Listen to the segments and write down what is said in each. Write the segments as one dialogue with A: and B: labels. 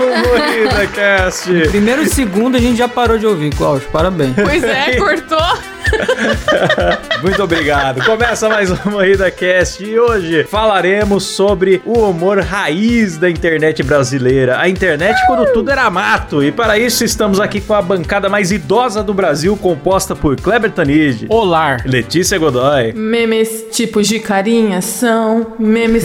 A: um Corrida Cast.
B: Primeiro e segundo a gente já parou de ouvir, Cláudio. Parabéns.
C: Pois é, cortou.
A: Muito obrigado. Começa mais um Moída Cast e hoje falaremos sobre o humor raiz da internet brasileira. A internet quando tudo era mato. E para isso estamos aqui com a bancada mais idosa do Brasil, composta por Kleber Tanid,
B: Olá.
A: Letícia Godoy,
C: Memes tipos de carinha são memes.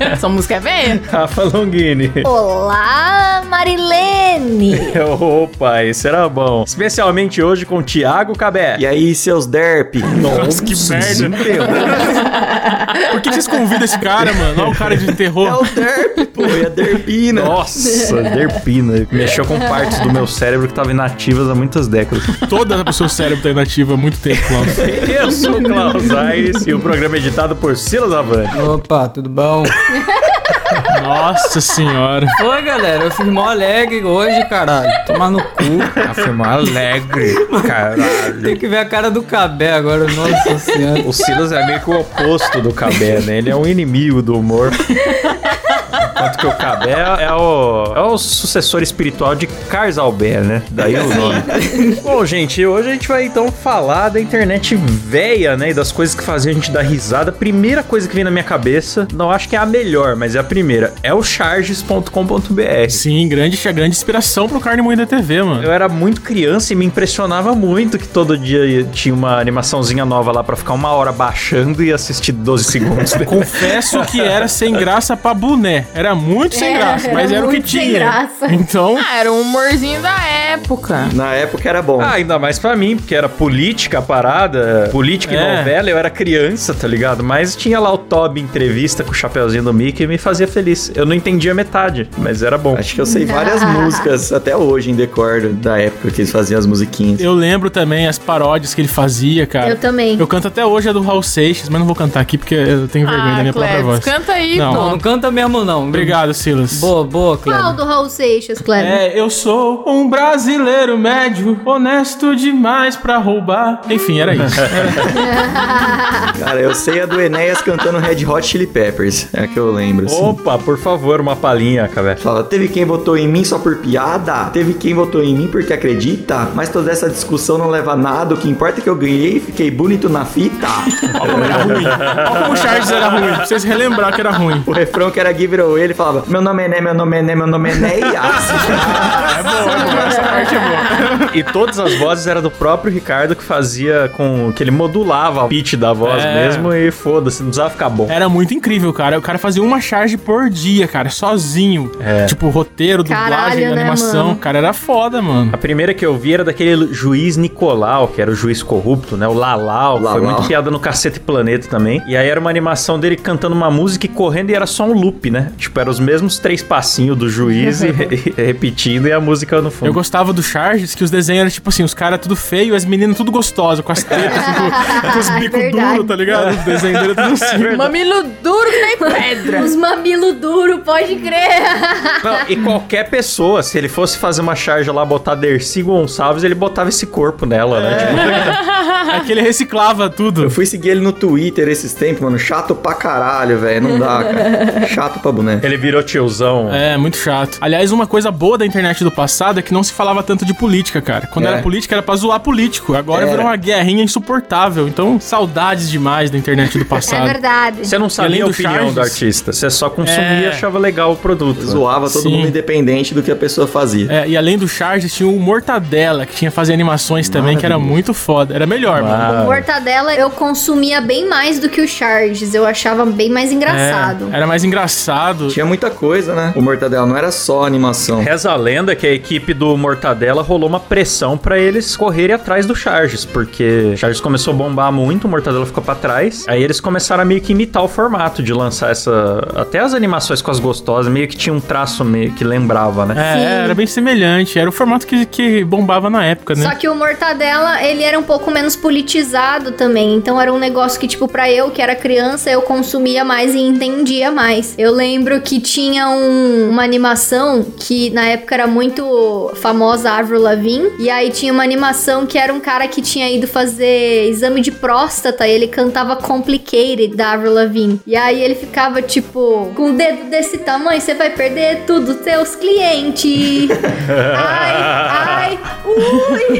C: Essa música é velha?
A: Rafa Longini.
D: Olá, Marilene!
A: Opa, esse era bom. Especialmente hoje com Tiago Cabé.
E: E aí, seus derp?
F: Nossa, que merda. né?
A: merda.
F: Por que vocês convidam esse é cara, mano? Olha o cara de
E: É
F: terror.
E: o derp, pô, é a derpina.
A: Nossa, derpina. Mexeu com partes do meu cérebro que estavam inativas há muitas décadas.
F: Toda o seu cérebro tá inativa há muito tempo, Cláudio.
A: Eu sou o Klaus Aires e o programa é editado por Silas Avani.
B: Opa, tudo bom?
F: Nossa senhora.
B: Oi, galera. Eu fiz mó alegre hoje, caralho. Tomar no cu.
A: Afirmou é alegre, caralho.
B: Tem que ver a cara do Cabé agora, nossa senhora.
A: O Silas é meio que o oposto do Cabé, né? Ele é um inimigo do humor. Enquanto que o Cabé é o, é o sucessor espiritual de Carlos Albert, né? Daí o nome. Bom, gente, hoje a gente vai então falar da internet velha, né? E das coisas que faziam a gente dar risada. Primeira coisa que vem na minha cabeça, não acho que é a melhor, mas é a primeira. É o charges.com.br.
F: Sim, grande, é grande inspiração pro Carne Moída TV, mano.
A: Eu era muito criança e me impressionava muito que todo dia tinha uma animaçãozinha nova lá pra ficar uma hora baixando e assistir 12 segundos.
F: Confesso que era sem graça pra boné. Era muito sem
D: É,
F: graça, mas
D: era
F: era o que
D: muito sem
F: tinha.
D: graça.
F: Então,
C: Ah, era um humorzinho da época.
E: Na época era bom.
A: Ah, ainda mais pra mim, porque era política a parada, política e
F: É.
A: novela, eu era criança, tá ligado? Mas tinha lá o Toby entrevista com o chapeuzinho do Mickey e me fazia feliz. Eu não entendia metade, mas era bom.
E: Acho que eu sei várias músicas, até hoje em decor da época que eles faziam as musiquinhas.
F: eu lembro também as paródias que ele fazia, cara.
D: Eu também.
F: Eu canto até hoje a do Raul Seixas, mas não vou cantar aqui porque eu tenho vergonha da
C: Ah,
F: minha própria
C: Cleves,
F: voz.
C: canta aí,
F: Não.
B: Não,
C: pô.
B: não canta mesmo, não.
F: Obrigado, Silas.
B: Boa, boa,
D: Qual
B: Cleber.
D: do Raul Seixas, Kleber?
F: É, eu sou um brasileiro médio, honesto demais pra roubar. Enfim, era isso.
E: Cara, eu sei a do Enéas cantando Red Hot Chili Peppers. É a que eu lembro, assim.
A: Opa, por favor, uma palhinha, cara.
E: Fala, teve quem votou em mim só por piada, teve quem votou em mim porque acredita, mas toda essa discussão não leva a nada, o que importa é que eu ganhei e fiquei bonito na fita.
F: Olha como era ruim. Olha como o Charles era ruim. Pra vocês relembrar que era ruim.
E: o refrão que era Give It Away, ele falava, meu nome é Né, meu nome é Né, meu nome é Né, e as."
F: É bom, é bom, essa parte é boa.
A: E todas as vozes eram do próprio Ricardo que fazia com. que ele modulava o pitch da voz
F: É.
A: mesmo e foda-se, não precisava ficar bom.
F: Era muito incrível, cara. O cara fazia uma charge por dia, cara, sozinho.
A: É.
F: Tipo, roteiro, dublagem,
D: Caralho, né,
F: animação.
D: mano?
F: Cara, era foda, mano.
A: A primeira que eu vi era daquele juiz Nicolau, que era o juiz corrupto, né? O Lalau. que Foi
E: Lalau.
A: muito piada no Cacete Planeta também. E aí era uma animação dele cantando uma música e correndo e era só um loop, né? Tipo, eram os mesmos três passinhos do juiz e, e repetindo e a música no
F: Eu
A: fundo.
F: gostava do Charges, que os desenhos eram tipo assim, os caras tudo feio, as meninas tudo gostosas, com as tetas, com, com os bicos
D: Verdade.
F: duros, tá ligado? Os desenhos dele tudo assim.
C: Mamilo duro que nem pedra.
D: Os mamilos duros, pode crer!
A: Não, e qualquer pessoa, se ele fosse fazer uma charge lá, botar Dercy Gonçalves, ele botava esse corpo nela, né? Tipo,
F: É que ele reciclava tudo.
E: Eu fui seguir ele no Twitter esses tempos, mano, chato pra caralho, velho, não dá, cara. Chato pra boneco.
A: ele virou tiozão.
F: É, muito chato. Aliás, uma coisa boa da internet do passado é que não se falava tanto de política, cara. Quando
E: É.
F: era política era pra zoar político. Agora
E: Era.
F: virou uma guerrinha insuportável. Então, saudades demais da internet do
D: É
F: passado.
D: verdade.
A: Você não sabia
F: Além
A: a
F: do
A: opinião
F: Charges-
A: do artista, você só consumia e
F: É.
A: achava legal o produto. né?
E: Zoava todo
F: Sim.
E: mundo independente do que a pessoa fazia.
F: É, e além do Charges, tinha o Mortadela, que tinha fazer animações também, que era muito foda. Era melhor, mano.
A: Ah,
D: O Mortadela eu consumia bem mais do que o Charges, eu achava bem mais engraçado.
F: É, era mais engraçado.
C: É.
E: Tinha muita coisa, né? O Mortadela não era só animação.
A: Reza a lenda que a equipe do Mortadela rolou uma pressão pra eles correrem atrás do Charges, porque o Charges começou a bombar muito, o Mortadela ficou pra trás. Aí eles começaram a meio que imitar o formato de lançar essa. Até as animações com as gostosas, meio que tinha um traço meio que lembrava, né?
F: É, era bem semelhante. Era o formato que, que bombava na época, né?
D: Só que o Mortadela, ele era um pouco menos politizado também. Então era um negócio que, tipo, pra eu, que era criança, eu consumia mais e entendia mais. Eu lembro lembro que tinha um- uma animação que na época era muito famosa, a Avril Lavigne. E aí tinha uma animação que era um cara que tinha ido fazer exame de próstata e ele cantava Complicated da Avril Lavigne. E aí ele ficava tipo, com o dedo desse tamanho, você vai perder tudo, seus clientes. ai, ai, ui.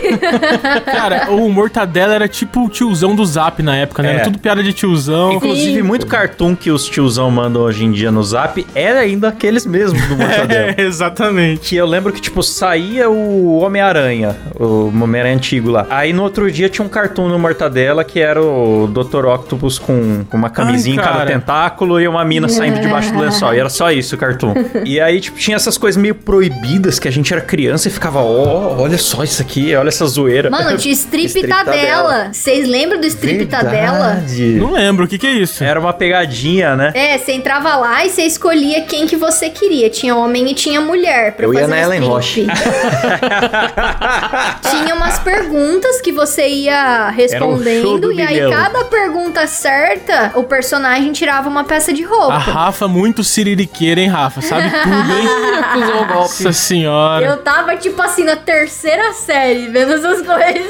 F: Cara, o Mortadela era tipo o tiozão do Zap na época, né?
A: É.
F: Era tudo piada de tiozão.
A: Inclusive,
D: Sim.
A: muito cartoon que os tiozão mandam hoje em dia no zap era ainda aqueles mesmos do Mortadelo.
F: É, exatamente.
A: Que eu lembro que, tipo, saía o Homem-Aranha, o Homem-Aranha antigo lá. Aí no outro dia tinha um cartoon no Mortadela que era o Dr. Octopus com, com uma camisinha em cada
F: cara.
A: tentáculo e uma mina saindo debaixo do lençol. E era só isso o cartoon. e aí, tipo, tinha essas coisas meio proibidas que a gente era criança e ficava, ó, olha só isso aqui, olha essa zoeira.
D: Mano, tinha strip
E: Strip
D: tadela.
E: Tadela.
D: Vocês lembram do strip tadela?
A: Verdade.
F: Não lembro, o que que é isso?
A: Era uma pegadinha, né?
D: É, você entrava lá e você escolhia quem que você queria. Tinha homem e tinha mulher. Pra
E: Eu ia
D: fazer
E: na
D: um
E: Ellen
D: strip. tinha umas perguntas que você ia
A: um show
D: respondendo.
A: do
D: e aí,
A: milhão.
D: cada pergunta certa, o personagem tirava uma peça de
A: Ah,
F: A
D: roupa.
F: Rafa muito siririqueira, hein, Rafa? Sabe tudo, hein?
B: Acusou o golpe.
F: Nossa senhora.
D: Eu tava, tipo assim, na terceira série, vendo essas coisas.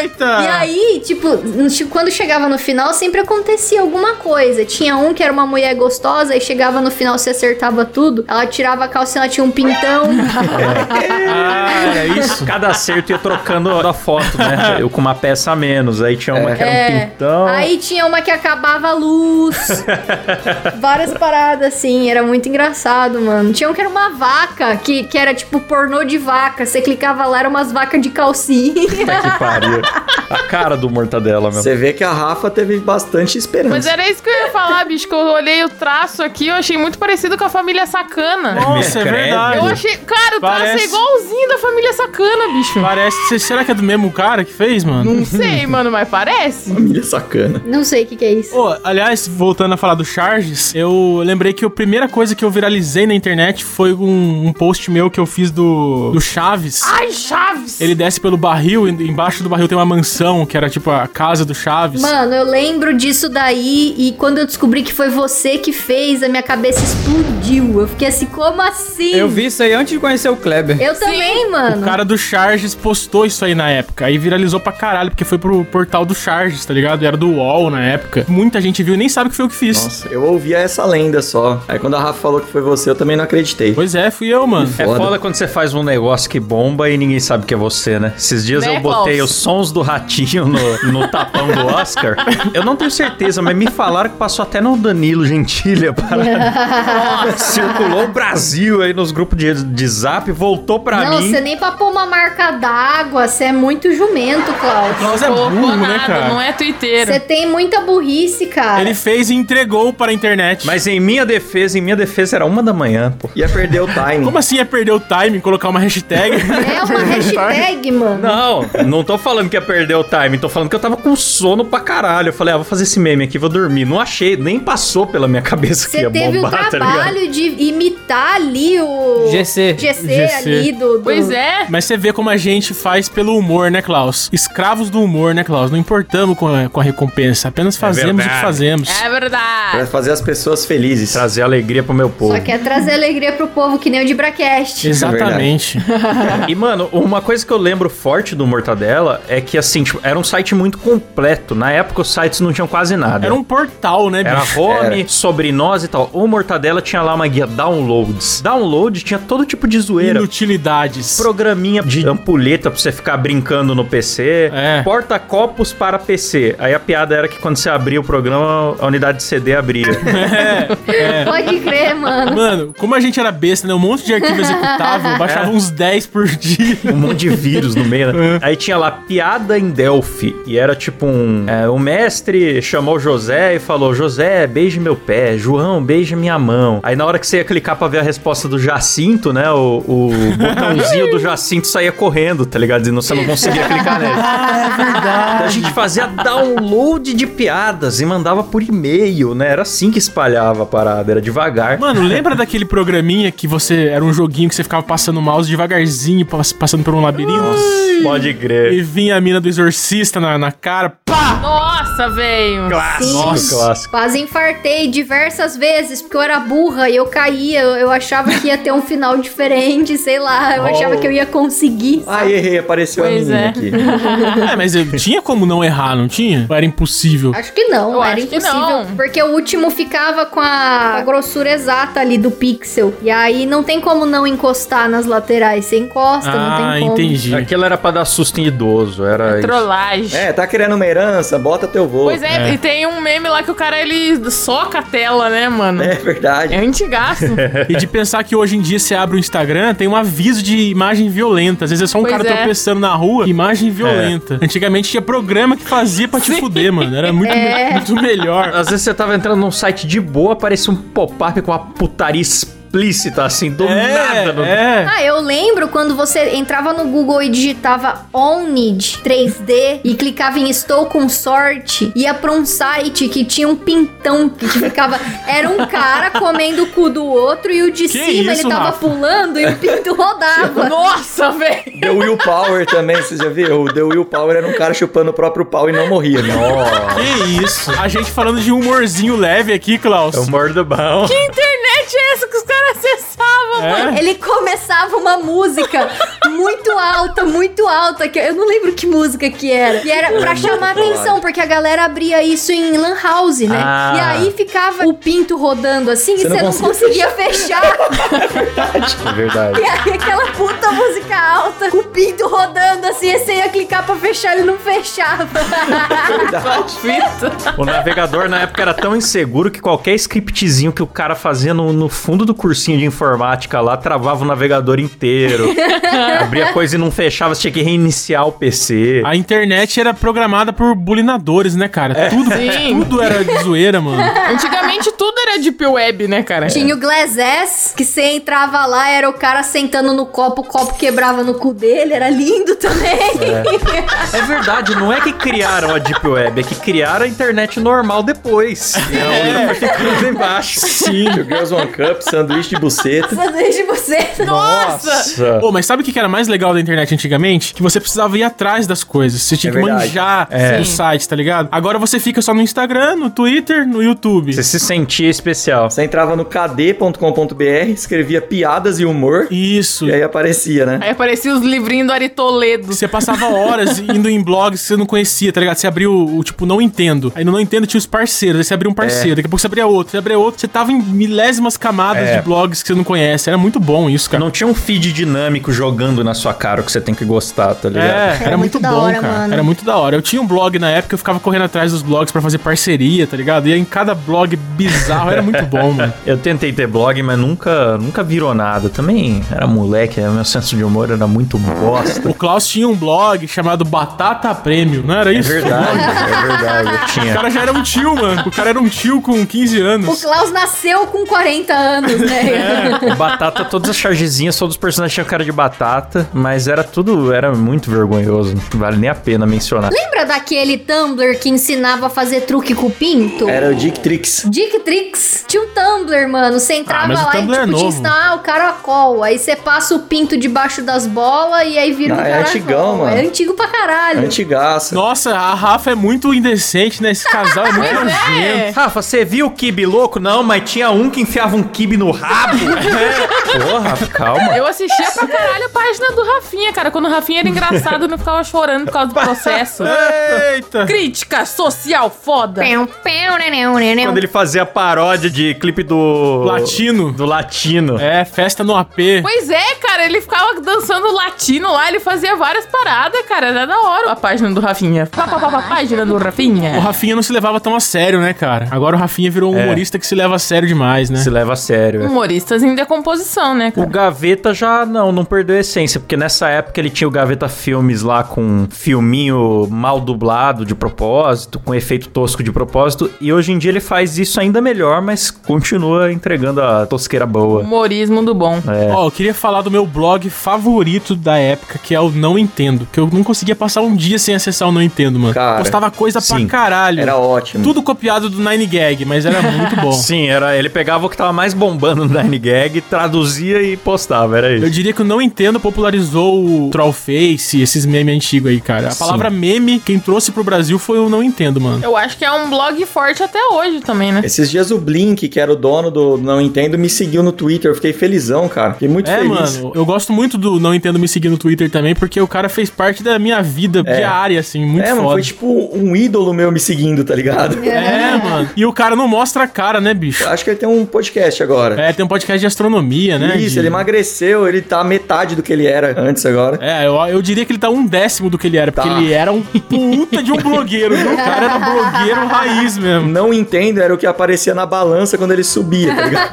F: Eita!
D: E aí, tipo, no- tipo, quando chegava no final, sempre acontecia alguma coisa. Tinha um que era uma mulher gostosa e chegava no final, se acertava tudo. Ela tirava a calça e ela tinha um pintão.
F: Ah, era isso?
A: Cada acerto ia trocando da foto, né? Eu com uma peça a menos. Aí tinha uma que era um
D: É.
A: pintão.
D: Aí tinha uma que acabava a luz. Várias paradas, assim. Era muito engraçado, mano. Tinha um que era uma vaca, que, que era tipo pornô de vaca. Você clicava lá, eram umas vacas de calcinha.
A: Puta que pariu. A cara do Mortadela, meu.
E: Você vê que a Rafa teve bastante esperança.
C: Mas era isso que eu ia falar, bicho, que eu olhei o traço aqui, eu achei muito parecido com a família sacana.
F: Nossa, é
A: Credo.
F: verdade.
A: Eu
C: Eu achei. Cara, o traço
F: Parece-
C: é igualzinho da família sacana, bicho.
F: Parece. Será que é do mesmo cara que fez, mano?
C: Não sei, mano, mas parece.
E: Família sacana.
D: Não sei o que, que é isso.
F: Ô, aliás, voltando a falar do Charges, eu lembrei que a primeira coisa que eu viralizei na internet foi um, um post meu que eu fiz do, do Chaves.
C: Ai, Chaves!
F: Ele desce pelo barril, e embaixo do barril tem uma mansão, que era tipo a casa do Chaves.
D: Mano, eu lembro disso daí e quando eu descobri que foi você que fez, a minha cabeça explodiu. Eu fiquei assim, como assim?
B: Eu vi isso aí antes de conhecer o Kleber.
D: Eu também,
F: O
D: mano.
F: cara do Charges postou isso aí na época. Aí viralizou pra caralho, porque foi pro portal do Charges, tá ligado? Era do UOL na época. Muita gente viu e nem sabe que foi eu que fiz.
E: Nossa, eu ouvia essa lenda só. Aí quando a Rafa falou que foi você, eu também não acreditei.
F: Pois é, fui eu, mano.
A: É
E: Foda.
A: foda quando você faz um negócio que bomba e ninguém sabe que é você, né? Esses dias
C: Né,
A: eu botei
C: Klaus?
A: os sons do ratinho no, no tapão do Oscar. Eu não tenho certeza, mas me falaram que passou até no Danilo Gentili. a parada. Circulou o Brasil aí nos grupos de, de zap, voltou pra
D: Não,
A: mim.
D: você nem pra pôr uma marca d'água, você é muito jumento, Cláudio.
F: Klaus é
C: Colocou
F: burro, né,
C: nada,
F: cara?
C: Não é tuiteiro.
D: Você tem muita burrice, cara.
F: Ele fez e entregou para a internet.
A: Mas em minha defesa, em minha defesa era uma da manhã, pô.
E: Ia perder o time.
F: Como assim é perder o time, colocar uma hashtag?
D: É uma hashtag, mano.
A: Não, não tô falando que ia perder o time, tô falando que eu tava com sono pra caralho. Eu falei, ah, vou fazer esse meme aqui, vou dormir. Não achei, nem passou pela minha cabeça que
D: Você
A: ia
D: teve
A: bombar, tá
D: o
A: ligado?
D: trabalho de imitar ali o.
B: GC.
D: GC,
F: GC.
D: ali do. do-
C: Pois é.
F: Mas você vê como a gente faz pelo humor, né, Klaus? Escravos do humor, né, Klaus? Não importamos com a, com a recompensa, apenas fazemos o que
A: É verdade.
F: fazemos.
C: É verdade.
E: Pra fazer as pessoas felizes.
A: Trazer alegria pro meu povo.
D: Só quer trazer alegria pro povo, que nem o de Bracast.
A: É
F: Exatamente.
A: E, mano, uma coisa que eu lembro forte do Mortadela é que, assim, tipo, era um site muito completo. Na época, os sites não tinham quase nada.
F: Era um portal, né,
A: Era
F: bicho?
A: home, sobre nós e tal. O Mortadela tinha lá uma guia downloads. Download tinha todo tipo de zoeira.
F: Inutilidades.
A: programinha de ampulheta pra você ficar brincando no PC.
F: É.
A: Porta-copos para PC. Aí a piada era que quando você abria o programa, a unidade de CD abria.
D: Pode crer, mano.
F: É, Mano, como a gente era besta, né? Um monte de arquivo
A: É.
F: executável, baixava uns 10 por dia.
A: um monte de vírus no meio, né? Aí tinha lá piada em Delphi. E era tipo um. é, o mestre chamou José e falou: José, beije meu pé. João, beije minha mão. Aí na hora que você ia clicar pra ver a resposta do Jacinto, né? O, o botãozinho do Jacinto saía correndo, tá ligado? E não- você não conseguia clicar nele. Ah, é verdade. A gente fazia download de piadas e mandava por e-mail, né? Era assim que espalhava a parada, era devagar.
F: Mano, lembra daquele programinha que você. Era um joguinho que você ficava passando o mouse devagarzinho, pass- passando por um labirinto?
A: Pode crer.
F: E vinha a mina do exorcista na, na cara. Pá!
C: Nossa! Nossa, veio.
A: Ah,
D: Sim,
A: Clássico, clássico.
D: quase infartei diversas vezes, porque eu era burra e eu caía. Eu, eu achava que ia ter um final diferente, sei lá. Eu
A: Oh.
D: achava que eu ia conseguir.
E: Ai, errei, apareceu
C: Pois
E: a menina
C: é.
E: aqui.
F: É, mas eu- tinha como não errar, não tinha? Ou era impossível?
D: Acho que não,
C: Eu
D: era
C: acho que
D: impossível.
C: não.
D: Porque o último ficava com a, com a grossura exata ali do pixel. E aí não tem como não encostar nas laterais. Você encosta, não
F: Ah,
D: tem como.
F: entendi.
A: Aquilo era pra dar susto em idoso, era isso.
C: Trollagem.
E: É, tá querendo uma herança? Bota teu voo.
C: Pois é,
F: É.
C: e tem um meme lá que o cara ele soca a tela, né, mano?
E: É
C: É,
E: verdade.
C: antigaço.
F: E de pensar que hoje em dia você abre o Instagram, tem um aviso de imagem violenta. Às vezes é só um
C: Pois
F: cara
C: é.
F: tropeçando na rua, imagem
A: É.
F: violenta. Antigamente tinha programa que fazia pra te fuder, mano. Era muito, muito melhor.
A: Às vezes você tava entrando num site de boa, aparecia um pop-up com uma putaria explícita, assim, do nada. No...
F: é.
D: Ah, eu lembro quando você entrava no Google e digitava Onid 3D e clicava em Estou com sorte, ia pra um site que tinha um pintão que te ficava. Era um cara comendo o cu do outro e o de cima
F: isso,
D: ele tava
F: Rafa?
D: pulando e o pinto rodava.
C: Nossa, velho.
E: The Will Power também, você já viu? O The Will Power era um cara chupando o próprio pau e não morria. né? Nossa.
F: Que isso? A gente falando de humorzinho leve aqui, Klaus.
A: É o mordo bom.
C: Que internet é essa que os caras acessavam?
F: É?
D: Ele começava uma música muito alta, muito alta, que eu não lembro que música que era. E era pra chamar atenção, porque a galera abria isso em lan house, né?
A: Ah.
D: E aí ficava o pinto rodando assim
E: Você
D: e
E: não
D: você não
E: conseguia
D: conseguia fechar.
A: É verdade.
D: E aí aquela puta música alta, com o pinto rodando assim, e você ia clicar pra fechar e não fechava.
A: O navegador na época era tão inseguro que qualquer scriptzinho que o cara fazia no, no fundo do cursinho de informática lá travava o navegador inteiro. Abria coisa e não fechava, você tinha que reiniciar o PC.
F: A internet era programada por bulinadores, né, cara?
A: É.
F: Tudo,
C: Sim.
F: tudo era de zoeira, mano.
C: Antigamente tudo era deep web, né, cara?
D: Tinha
E: É.
D: o Glass Ass, que você entrava lá, era o cara sentando no copo, o copo quebrava no cu dele, era lindo também.
A: É verdade, não é que criaram a Deep Web, é que criaram a internet normal depois. E a outra foi ficando embaixo.
E: Sim, o Girls One Cup, sanduíche de buceta.
D: Sanduíche de buceta.
C: Nossa!
F: Pô, mas sabe o que que era mais legal da internet antigamente? Que você precisava ir atrás das coisas. Você tinha
E: É
F: que
E: verdade. É.
F: manjar
C: Sim.
F: o site, tá ligado? Agora você fica só no Instagram, no Twitter, no YouTube.
A: Você se sentia especial.
E: Você entrava no kd.com.br, escrevia piadas e humor,
F: Isso.
E: e aí aparecia, né?
C: Aí aparecia os livrinhos do Ari Toledo.
F: Você passava horas indo em blogs que você não conhecia, tá ligado? Você abriu o, tipo, não entendo. Aí no não entendo tinha os parceiros. Aí você
E: É.
F: abria um parceiro, daqui a pouco você abria outro, você abria outro. Você tava em milésimas camadas
A: É.
F: de blogs que você não conhece. Era muito bom isso, cara.
A: Não tinha um feed dinâmico jogando na sua cara que você tem que gostar, tá ligado?
F: É, era,
D: Era
F: muito,
D: muito da
F: bom,
D: hora,
F: cara.
D: mano.
F: Era muito da hora. Eu tinha um blog na época, eu ficava correndo atrás dos blogs pra fazer parceria, tá ligado? Ia em cada blog bizarro, era muito bom, mano.
A: Eu tentei ter blog, mas nunca, nunca virou nada. Também era moleque, meu senso de humor era muito bosta.
F: O Klaus tinha um blog chamado Batata Prêmio, não era
A: É
F: isso?
A: verdade, é verdade, eu
F: O
A: tinha.
F: cara já era um tio, mano. O cara era um tio com 15
D: O
F: anos.
D: Klaus nasceu com 40 anos,
F: É.
D: né?
A: O Batata, todas as chargezinhas, todos os personagens tinham cara de batata, mas era tudo, era muito vergonhoso. Não vale nem a pena mencionar.
D: Lembra daquele Tumblr que ensinava a fazer truque com o pinto?
E: Era o Dick Tricks.
D: Dick Tricks. Tinha um Tumblr, mano. Você entrava
F: mas o
D: lá e tipo,
F: Tumblr é
D: te
F: novo.
D: ensinava ah, o caracol. Aí você passa o pinto debaixo das bolas e aí vira
E: Não,
D: um
E: é
D: caracol.
E: antigão, mano.
D: É antigo pra caralho.
E: Antigaça.
F: Nossa, a Rafa é muito indecente, né? Esse casal é muito nojento.
C: É.
A: Rafa, você viu o kibe louco? Não, mas tinha um que enfiava um kibe no rabo. É. Porra, Rafa, calma.
C: Eu assistia pra caralho a página do Rafinha, cara. Quando o Rafinha era engraçado, eu não ficava chorando por causa do processo.
F: Eita!
C: Crítica social foda.
D: Pão, pão, né, né, né, né.
A: Quando ele fazia paródia de clipe do...
F: Latino.
A: Do latino.
F: É, festa no AP.
C: Pois é, cara, ele ficava dançando latino lá, ele fazia várias paradas, cara. Era da hora a página do Rafinha. Pá, pá, pá, pá, página do
F: O
C: Rafinha.
F: Rafinha não se levava tão a sério, né, cara? Agora o Rafinha virou um
A: É.
F: humorista que se leva a sério demais, né?
A: Se leva a sério, é.
C: Humoristas em decomposição, né,
A: O
C: cara?
A: Gaveta já não, não perdeu a essência, porque nessa época ele tinha o Gaveta Filmes lá com um filminho mal dublado de propósito, com efeito tosco de propósito, e hoje em dia ele faz isso ainda melhor, mas continua entregando a tosqueira boa.
C: Humorismo do bom.
F: É.
E: É.
F: Ó, eu queria falar do meu blog favorito da época, que é o Não Entendo. Que eu não conseguia passar um dia sem acessar o Não Entendo, mano.
E: Cara,
F: Postava coisa
A: sim.
F: pra caralho.
E: Era ótimo.
F: Tudo copiado do Nine Gag, mas era muito bom.
A: Sim, era, ele pegava o que tava mais bombando no Nine Gag, traduzia e postava, era
F: Eu
A: isso.
F: diria que o Não Entendo popularizou o Trollface, esses memes antigos aí, cara. A
A: Sim.
F: palavra meme, quem trouxe pro Brasil foi o Não Entendo, mano.
C: Eu acho que é um blog forte até hoje também, né?
E: Esses dias o Blink, que era o dono do Não Entendo, me seguiu no Twitter. Eu fiquei felizão, cara. Fiquei muito
F: É,
E: feliz.
F: mano, eu gosto muito do Não Entendo me seguir no Twitter também, porque o cara fez parte da minha vida diária, assim, muito
E: é, mano,
F: foda.
E: foi tipo um ídolo meu me seguindo, tá ligado?
F: É, mano. E o cara não mostra a cara, né, bicho?
E: Acho que ele tem um podcast agora.
F: É, tem um podcast de astronomia, né?
E: Isso,
F: de-
E: ele é emagreceu, ele tá metade do que ele era antes agora.
F: É, eu, eu diria que ele tá um décimo do que ele era, porque
E: Tá.
F: ele era um puta de um blogueiro, viu? O cara era blogueiro raiz mesmo.
E: Não entendo, era o que aparecia na balança quando ele subia, tá ligado?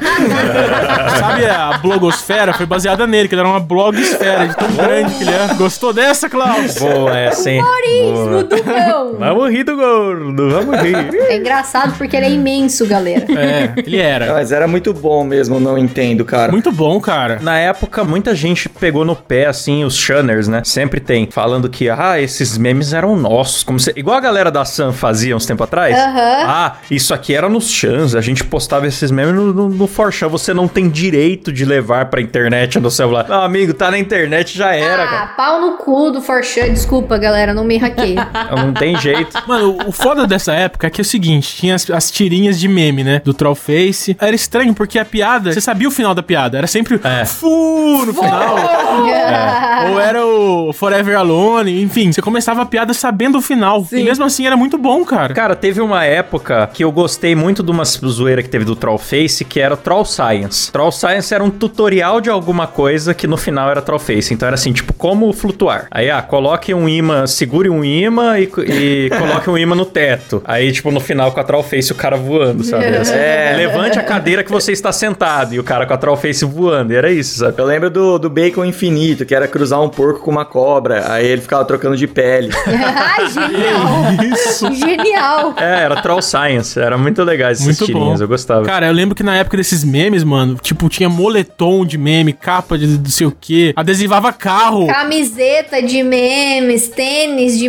F: Sabe, a blogosfera foi baseada nele, que ele era uma blogosfera de tão grande que ele é. Gostou dessa, Klaus?
A: Boa, é sim.
D: Humorismo
A: Boa.
D: do cão.
A: Vamos rir do gordo, vamos rir.
D: É engraçado porque ele é imenso, galera.
F: É, ele era.
E: Mas era muito bom mesmo, não entendo, cara.
F: Muito bom, cara.
A: Na época, muita gente pegou no pé, assim, os Shunners, né? Sempre tem. Falando que, ah, esses memes eram nossos. Como se... Igual a galera da Sun fazia uns tempo atrás.
D: Aham.
A: Ah, isso aqui era nos Shans. A gente postava esses memes no, no, no 4chan. Você não tem direito de levar pra internet no celular. Meu amigo, tá na internet, já era,
D: Ah, pau no cu do Forchan. Desculpa, galera, não me hackeio.
A: cara. Não tem jeito.
F: Mano, o foda dessa época é que é o seguinte: tinha as, as tirinhas de meme, né? Do Trollface. Era estranho, porque a piada, você sabia o final da piada, era sempre
A: É.
F: fu no final.
D: É.
C: Ah.
F: Ou era o Forever Alone, enfim, você começava a piada sabendo o final. E mesmo assim era muito bom, cara.
A: Cara, teve uma época que eu gostei muito de uma zoeira que teve do Trollface, que era o Troll Science. Troll Science era um tutorial de alguma coisa que no final era Trollface. Então era assim, tipo, como flutuar. Aí, ah, coloque um imã, segure um imã e, co- e coloque um imã no teto. Aí, tipo, no final com a Trollface o cara voando, sabe? É, levante a cadeira que você está sentado e o cara com a Trollface voando. E era isso, sabe?
E: Eu lembro do, do Bacon Infinito, que era cruzar um porco com uma cobra. Aí ele ficava trocando de pele.
D: Ai, genial. Genial.
A: É, era Troll Science. Era muito legal esses
F: Muito
A: tirinhas,
F: bom.
A: eu gostava.
F: Cara, eu lembro que na época desses memes, mano, tipo, tinha moletom de meme, capa de não sei o quê, adesivava carro.
D: Camiseta de memes, tênis de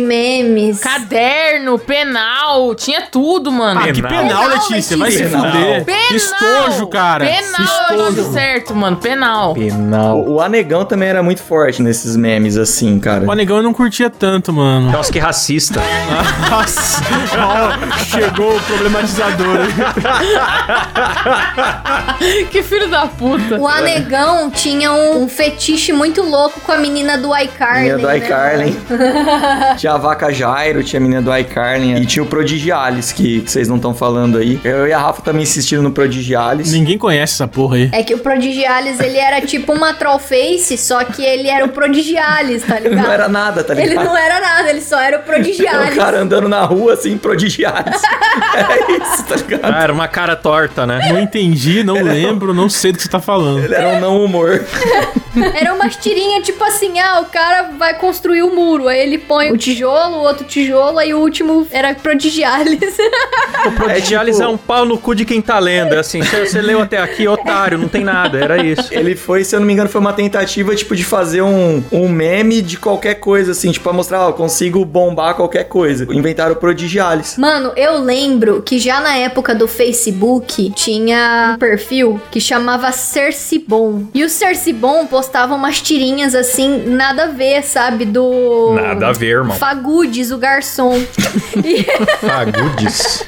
D: memes.
C: Caderno, penal, tinha tudo, mano.
F: Ah, que
A: Penal.
F: penal, Letícia, vai se
E: Penal.
F: fuder.
C: Penal!
F: Estojo, cara.
C: Penal é o
F: Estojo.
C: nome certo, mano. Penal.
A: Penal.
E: O, o Anegão também era muito forte nesses memes, assim, cara.
F: O negão eu não curtia tanto, mano.
A: Nossa, É que racista.
F: Nossa, ó, chegou o problematizador.
C: que filho da puta.
D: O Anegão tinha um, um fetiche muito louco com a menina do iCarly.
E: Menina do
D: né?
E: iCarly. tinha a vaca Jairo, tinha a menina do iCarly. E tinha o Prodigialis, que, que vocês não estão falando aí. Eu e a Rafa também insistiram no Prodigialis.
F: Ninguém conhece essa porra aí.
D: É que o Prodigialis, ele era tipo uma trollface, só que ele era o Prodigialis, tá ligado?
E: Não era nada, tá ligado?
D: Ele não é era nada, ele só era o
E: Era o
D: Prodigialis.
E: cara andando na rua, assim, Prodigialis. é isso, tá ligado?
A: Ah, era uma cara torta, né?
F: Não entendi, não lembro, não sei do que você tá falando.
E: Ele era um não humor.
D: Era umas tirinhas tipo assim, ah, o cara vai construir o muro, aí ele põe o tijolo, o outro tijolo, aí o último era Prodigialis.
A: O
F: Tipo,
A: Prodigialis é, um pau no cu de quem tá lendo. É assim, você você leu até aqui, otário, não tem nada. Era isso.
E: Ele foi, se eu não me engano, foi uma tentativa, tipo, de fazer um, um meme de qualquer coisa, assim, tipo, pra mostrar, ó, eu consigo bombar qualquer coisa. Inventaram o Prodigialis.
D: Mano, eu lembro que já na época do Facebook tinha um perfil que chamava Cercibon. E o Cercibon postava umas tirinhas assim, nada a ver, sabe? Do.
A: Nada a ver, irmão.
D: Fagudes, o garçom. E
A: Fagudes.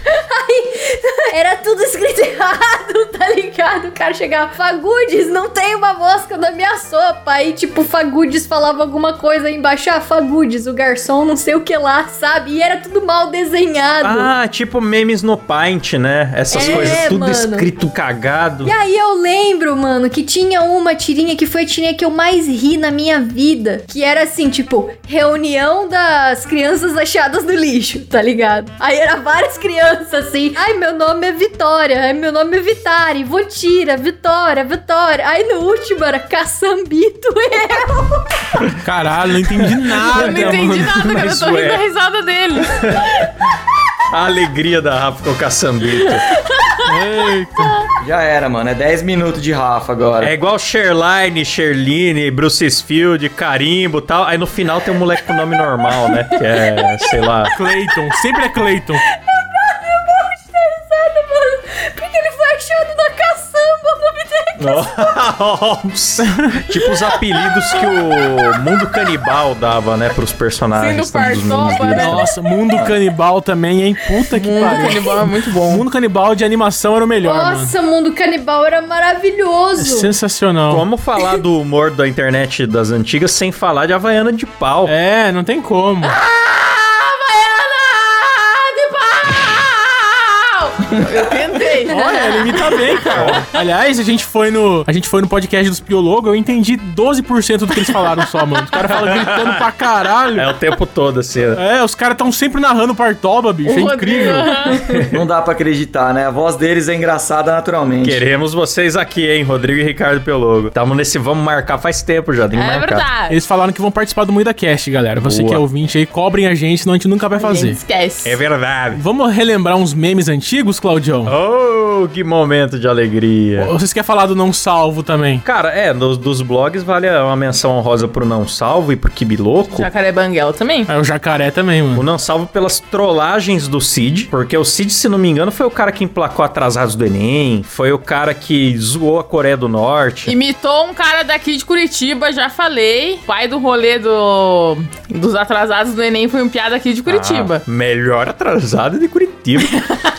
D: era tudo escrito errado, tá ligado? O cara chegava, Fagudes, não tem uma mosca na minha sopa. Aí, tipo, Fagudes falava alguma coisa aí embaixo, ah, Fagudes, o garçom, não sei o que lá, sabe? E era tudo mal desenhado.
A: Ah, tipo memes no Paint, né? Essas
D: É,
A: coisas, tudo
D: mano.
A: escrito cagado.
D: E aí eu lembro, mano, que tinha uma tirinha que foi a tirinha que eu mais ri na minha vida. Que era assim, tipo, reunião das crianças achadas no lixo, tá ligado? Aí era várias crianças assim. Ai, meu nome é Vitória, ai, meu nome é Vitari, Votira, Vitória, Vitória. Aí no último era Caçambito.
F: Caralho, não entendi nada,
C: Eu não entendi
F: mano.
C: nada, cara. Eu
A: Isso
C: tô rindo
A: é.
C: da risada dele.
A: A alegria da Rafa com o caçambito.
F: Eita.
E: Já era, mano. É 10 minutos de Rafa agora.
A: É igual Sherline, Sherline, Bruce Field, Carimbo e tal. Aí no final tem um moleque com nome normal, né? Que é, sei lá.
F: Clayton, sempre é Clayton.
D: Porque ele foi achando na caçamba o nome dele. é
A: Nossa. tipo os apelidos que o mundo canibal dava, né, pros personagens.
C: Sim, do
A: tanto dos
C: Partoba,
A: mundos deles.
C: né?
F: Nossa, Mundo Canibal também, hein? Puta que
C: Mundo
F: pariu.
C: Canibal é muito
F: O
C: bom.
F: Mundo Canibal de animação era o melhor, mano.
D: Nossa, mundo canibal era
F: É
D: maravilhoso.
F: sensacional.
A: Como falar do humor da internet das antigas sem falar de Havaiana de pau?
F: É, não tem como.
C: Havaiana de pau! Eu tentei.
F: Olha, ele imita bem, cara. Aliás, a gente foi no, a gente foi no podcast dos Piologo, eu entendi 12% do que eles falaram só, mano. Os caras falam gritando pra caralho.
A: É o tempo todo, assim. né?
F: É, os caras estão sempre narrando Partoba, bicho. é
C: Rodrigo,
F: incrível. é,
C: aham.
E: Não dá pra acreditar, né? A voz deles é engraçada naturalmente.
A: Queremos vocês aqui, hein, Rodrigo e Ricardo Pelogo. Tamo nesse vamos marcar faz tempo já, tem que
C: É
A: marcar.
C: verdade.
F: Eles falaram que vão participar do Muida Cast, galera. Você
A: Boa.
F: que é ouvinte aí, cobrem a gente, senão a gente nunca vai fazer.
C: Gente, esquece.
A: É verdade.
F: Vamos relembrar uns memes antigos, Claudião?
A: Oh, que momento de alegria.
F: Ou Vocês querem falar do Não Salvo também?
A: Cara, é, dos, dos blogs vale uma menção honrosa pro Não Salvo e pro Kibiloco.
C: Jacaré Banguel também.
A: Ah,
F: É o Jacaré também,
A: O
F: mano.
A: Não Salvo pelas trollagens do Cid, porque o Cid, se não me engano, foi o cara que emplacou atrasados do Enem, foi o cara que zoou a Coreia do Norte.
C: Imitou um cara daqui de Curitiba, já falei. Pai do rolê do, dos atrasados do Enem foi um piada aqui de Curitiba.
A: Ah, melhor atrasado de Curitiba.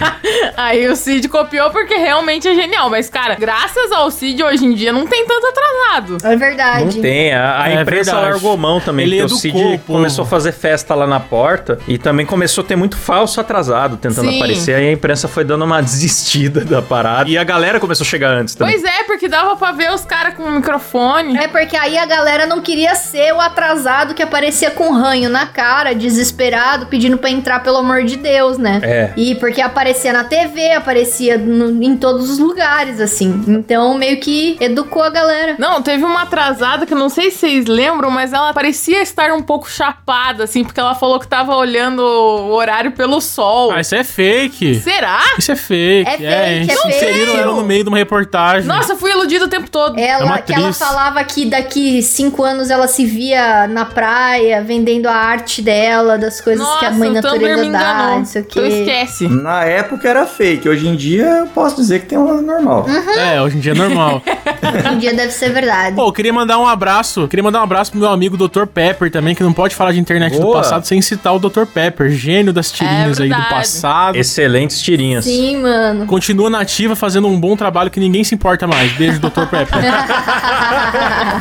C: Aí o Cid copiou porque realmente é genial. Mas, cara, graças ao Cid, hoje em dia não tem tanto atrasado.
D: É verdade.
A: Não tem, a, a
F: É
A: imprensa
F: verdade.
A: largou mão também,
F: Ele
A: porque o
F: educou o
A: Cid
F: povo.
A: começou a fazer festa lá na porta e também começou a ter muito falso atrasado tentando
C: Sim.
A: aparecer, aí a imprensa foi dando uma desistida da parada e a galera começou a chegar antes também.
C: Pois é, porque dava pra ver os caras com o microfone.
D: É porque aí a galera não queria ser o atrasado que aparecia com ranho na cara, desesperado, pedindo pra entrar, pelo amor de Deus, né?
A: É.
D: E porque aparecia na TV, aparecia no- em todos os lugares, assim. Então meio que educou a galera.
C: Não, teve uma atrasada que eu não sei se vocês lembram, mas ela parecia estar um pouco chapada, assim, porque ela falou que tava olhando o horário pelo sol.
F: Ah, isso é fake.
C: Será?
F: Isso é fake.
D: É fake,
F: hein?
D: é fake.
F: Inseriram ela no meio de uma reportagem.
C: Nossa, eu fui iludido o tempo todo.
F: É uma
D: Ela, que ela
F: atriz.
D: falava que daqui cinco anos ela se via na praia vendendo a arte dela, das coisas que a mãe
C: o Tumblr
D: natureza
C: me
D: dá,
C: enganou.
D: não sei o
C: Então
D: quê.
C: esquece.
E: Na época era fake, hoje em dia eu posso dizer que tem uma normal.
F: É, hoje em dia é normal.
D: Um dia deve ser verdade.
F: Pô, eu queria mandar um abraço. Queria mandar um abraço pro meu amigo Dr. Pepper também, que não pode falar de internet do
A: Boa.
F: passado sem citar o Dr. Pepper, gênio
D: É
F: das tirinhas aí do
C: verdade.
F: passado.
C: é.
A: Excelentes tirinhas.
D: Sim, mano.
F: Continua nativa fazendo um bom trabalho que ninguém se importa mais. Beijo, Dr.
D: É
F: Pepper.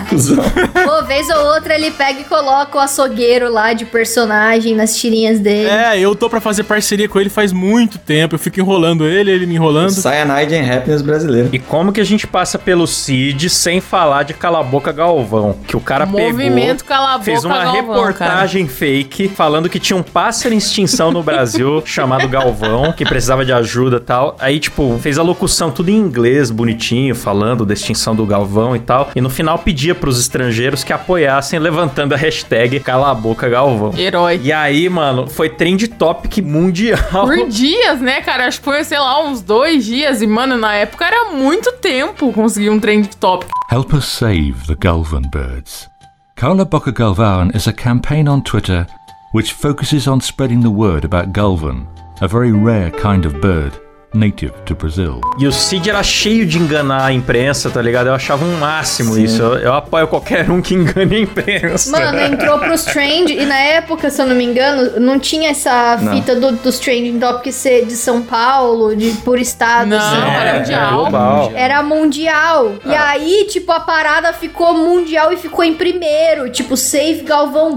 E: Cusão.
D: Pô, vez ou outra ele pega e coloca o açougueiro lá de personagem nas tirinhas dele.
F: é, eu tô pra fazer parceria com ele faz muito tempo. Eu fico enrolando ele, ele me enrolando.
E: Cyanide and Happiness brasileiro.
A: E como que a gente passa pelo Cid sem falar de Cala a Boca Galvão? Que o cara
C: Movimento
A: pegou,
C: Cala a Boca
A: fez uma
C: Galvão,
A: reportagem fake falando que tinha um pássaro em extinção no Brasil chamado Galvão, que precisava de ajuda e tal. Aí, tipo, fez a locução tudo em inglês, bonitinho, falando da extinção do Galvão e tal. E no final pedia pros estrangeiros que apoiassem levantando a hashtag Cala a Boca Galvão.
C: Herói.
A: E aí, mano, foi trend topic mundial.
C: Por dias, né, cara? Acho que foi, sei lá, uns dois dias. E, mano, na época era muito tempo conseguir um trend topic.
G: Help us save the Gulvan birds. Carla Boca Galvan is a campaign on Twitter which focuses on spreading the word about Gulvan, a very rare kind of bird native to Brazil.
A: E o Cid era cheio de enganar a imprensa, tá ligado? Eu achava um máximo isso. Eu, eu apoio qualquer um que engane a imprensa.
D: Mano, entrou pros trend e na época, se eu não me engano, não tinha essa
E: Não.
D: fita do- dos trending topics ser de São Paulo, de por estado.
C: Não,
D: assim.
C: era um mundial.
A: É, global.
D: Era mundial. E
A: Ah.
D: aí, tipo, a parada ficou mundial e ficou em primeiro. Tipo, Save Galvão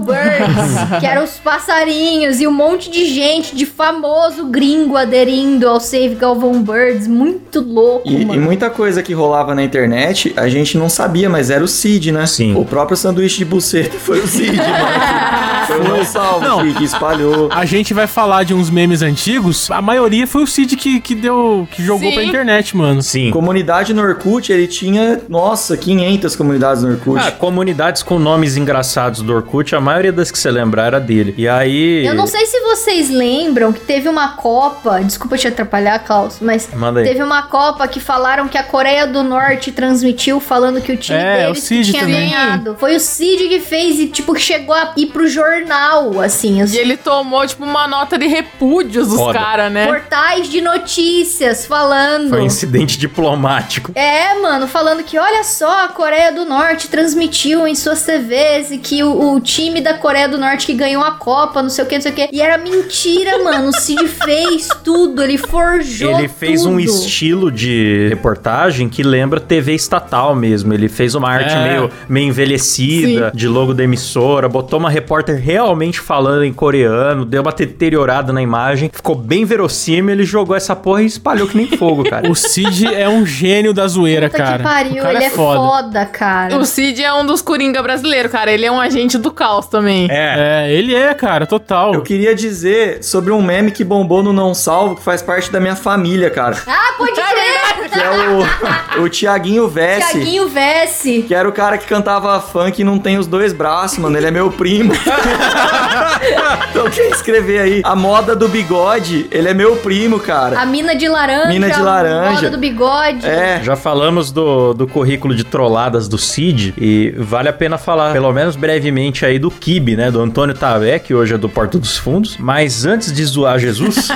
D: Birds, que eram os passarinhos e um monte de gente, de famoso gringo aderindo ao Save Galvão Birds. Muito louco,
E: E, e
D: mano.
E: muita coisa que rolava na internet, a gente não sabia, mas era o Cid, né?
A: Sim.
E: O próprio sanduíche de buceta foi o Cid, mano. Foi o não salvo
F: Não.
E: Cid, que espalhou.
F: A gente vai falar de uns memes antigos. A maioria foi o Cid que, que deu. que jogou
C: Sim.
F: pra internet, mano.
A: Sim.
E: Comunidade no Orkut, ele tinha, nossa, 500 comunidades no Orkut.
A: Ah, comunidades com nomes engraçados do Orkut, a maioria das que você lembrar era dele. E aí.
D: Eu não sei se vocês lembram que teve uma Copa. Desculpa te atrapalhar, falso, mas
A: Manda aí.
D: teve uma Copa que falaram que a Coreia do Norte transmitiu falando que o time
F: É, o
D: deles que
F: Cid
D: tinha
F: também.
D: ganhado. Foi o Cid que fez e, tipo, chegou a ir pro jornal, assim, os
C: E ele tomou, tipo, uma nota de repúdios dos
A: Foda.
C: caras, né?
D: portais de notícias falando.
A: Foi um incidente diplomático.
D: É, mano, falando que olha só, a Coreia do Norte transmitiu em suas TVs e que o, o time da Coreia do Norte que ganhou a Copa, não sei o que, não sei o que. E era mentira, mano. O Cid fez tudo, ele forjou.
A: Ele fez um
D: tudo.
A: estilo de reportagem que lembra TV estatal mesmo. Ele fez uma arte
F: É.
A: meio, meio envelhecida, de logo da emissora, botou uma repórter realmente falando em coreano, deu uma deteriorada na imagem, ficou bem verossímil, ele jogou essa porra e espalhou que nem fogo, cara.
F: O Cid é um gênio da zoeira,
D: Puta
F: cara.
D: que pariu,
F: o cara
D: ele
F: é foda.
D: cara.
C: O Cid é um dos Coringa brasileiro, cara. Ele é um agente do caos também.
A: É.
F: É, ele é, cara, total.
E: Eu queria dizer sobre um meme que bombou no Não Salvo, que faz parte da minha família, cara.
D: Ah, pode crer!
E: Que é o, o Tiaguinho Vesse.
D: Tiaguinho Vesse.
E: Que era o cara que cantava funk e não tem os dois braços, mano. Ele é meu primo. então quem escrever aí? A moda do bigode, ele é meu primo, cara.
D: A mina de laranja.
E: Mina de
D: A
E: laranja.
D: moda do bigode.
E: É.
A: Já falamos do, do currículo de trolladas do Cid e vale a pena falar, pelo menos brevemente, aí do Kibe, né? Do Antônio Tavé, que hoje é do Porto dos Fundos. Mas antes de zoar Jesus,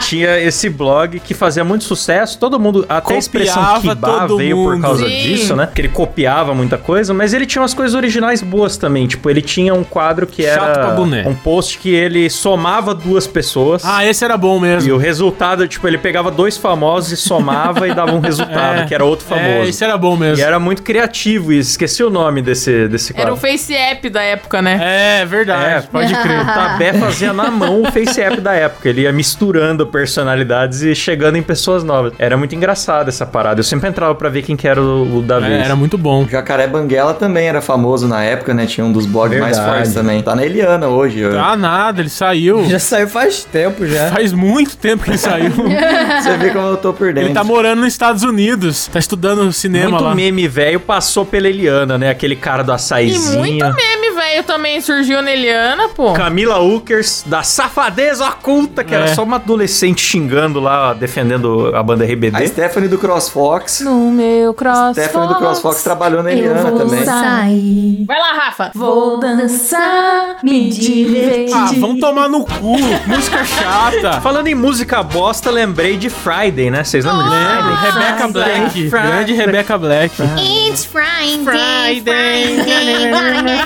A: tinha esse blog que fazia muito sucesso. Todo mundo, até a expressão
F: Copiava
A: Kibá
F: todo
A: veio por
F: mundo.
A: causa
C: Sim.
A: disso, né? Que ele copiava muita coisa, mas ele tinha umas coisas originais boas também. Tipo, ele tinha um quadro que
F: Chato pra
A: era
F: boné.
A: um post que ele somava duas pessoas.
F: Ah, esse era bom
A: E
F: mesmo.
A: o resultado, tipo, ele pegava dois famosos e somava e dava um resultado,
F: É.
A: que era outro famoso.
F: É, esse era bom
A: E
F: mesmo.
A: era muito criativo isso. Esqueci o nome desse, desse
C: Era
A: quadro.
C: o Face App da época, né?
F: É,
A: É,
F: verdade.
A: pode crer. O
C: Ah.
A: Tabé fazia na mão o Face App da época. Ele ia misturando personalidades e chegando em pessoas novas. Era muito engraçado essa parada. Eu sempre entrava pra ver quem que era o, o da
F: É,
A: vez.
F: era muito bom.
E: Jacaré Banguela também era famoso na época, né? Tinha um dos blogs mais
A: Verdade.
E: fortes também. Tá na Eliana hoje.
A: É.
E: eu-
F: Ah, nada, ele saiu.
B: Já saiu faz tempo já.
F: Faz muito tempo que ele saiu.
E: Você vê como eu tô por dentro.
F: ele tá morando nos Estados Unidos. Tá estudando cinema
A: muito
F: lá.
A: meme velho passou pela Eliana, né? Aquele cara do
C: E muito
A: açaizinho.
C: meme, velho, também surgiu na Eliana, pô.
A: Camila Ukers, da safadeza oculta, que era
F: É.
A: só uma adolescente xingando lá, defendendo a banda RBD.
E: A Stephanie do CrossFox.
C: No meu crossfox.
E: Stephanie do CrossFox trabalhou na
D: Eu
E: Eliana
D: vou
E: né, também.
D: sair.
C: Vai lá, Rafa.
D: Vou dançar, me divertir.
F: Ah, vão tomar no cu. Música chata.
A: Falando em música bosta, lembrei de Friday, né? Vocês lembram de
F: Lembro,
A: Friday?
F: Rebecca Black. Grande Rebecca Black.
D: It's Friday,
F: Friday,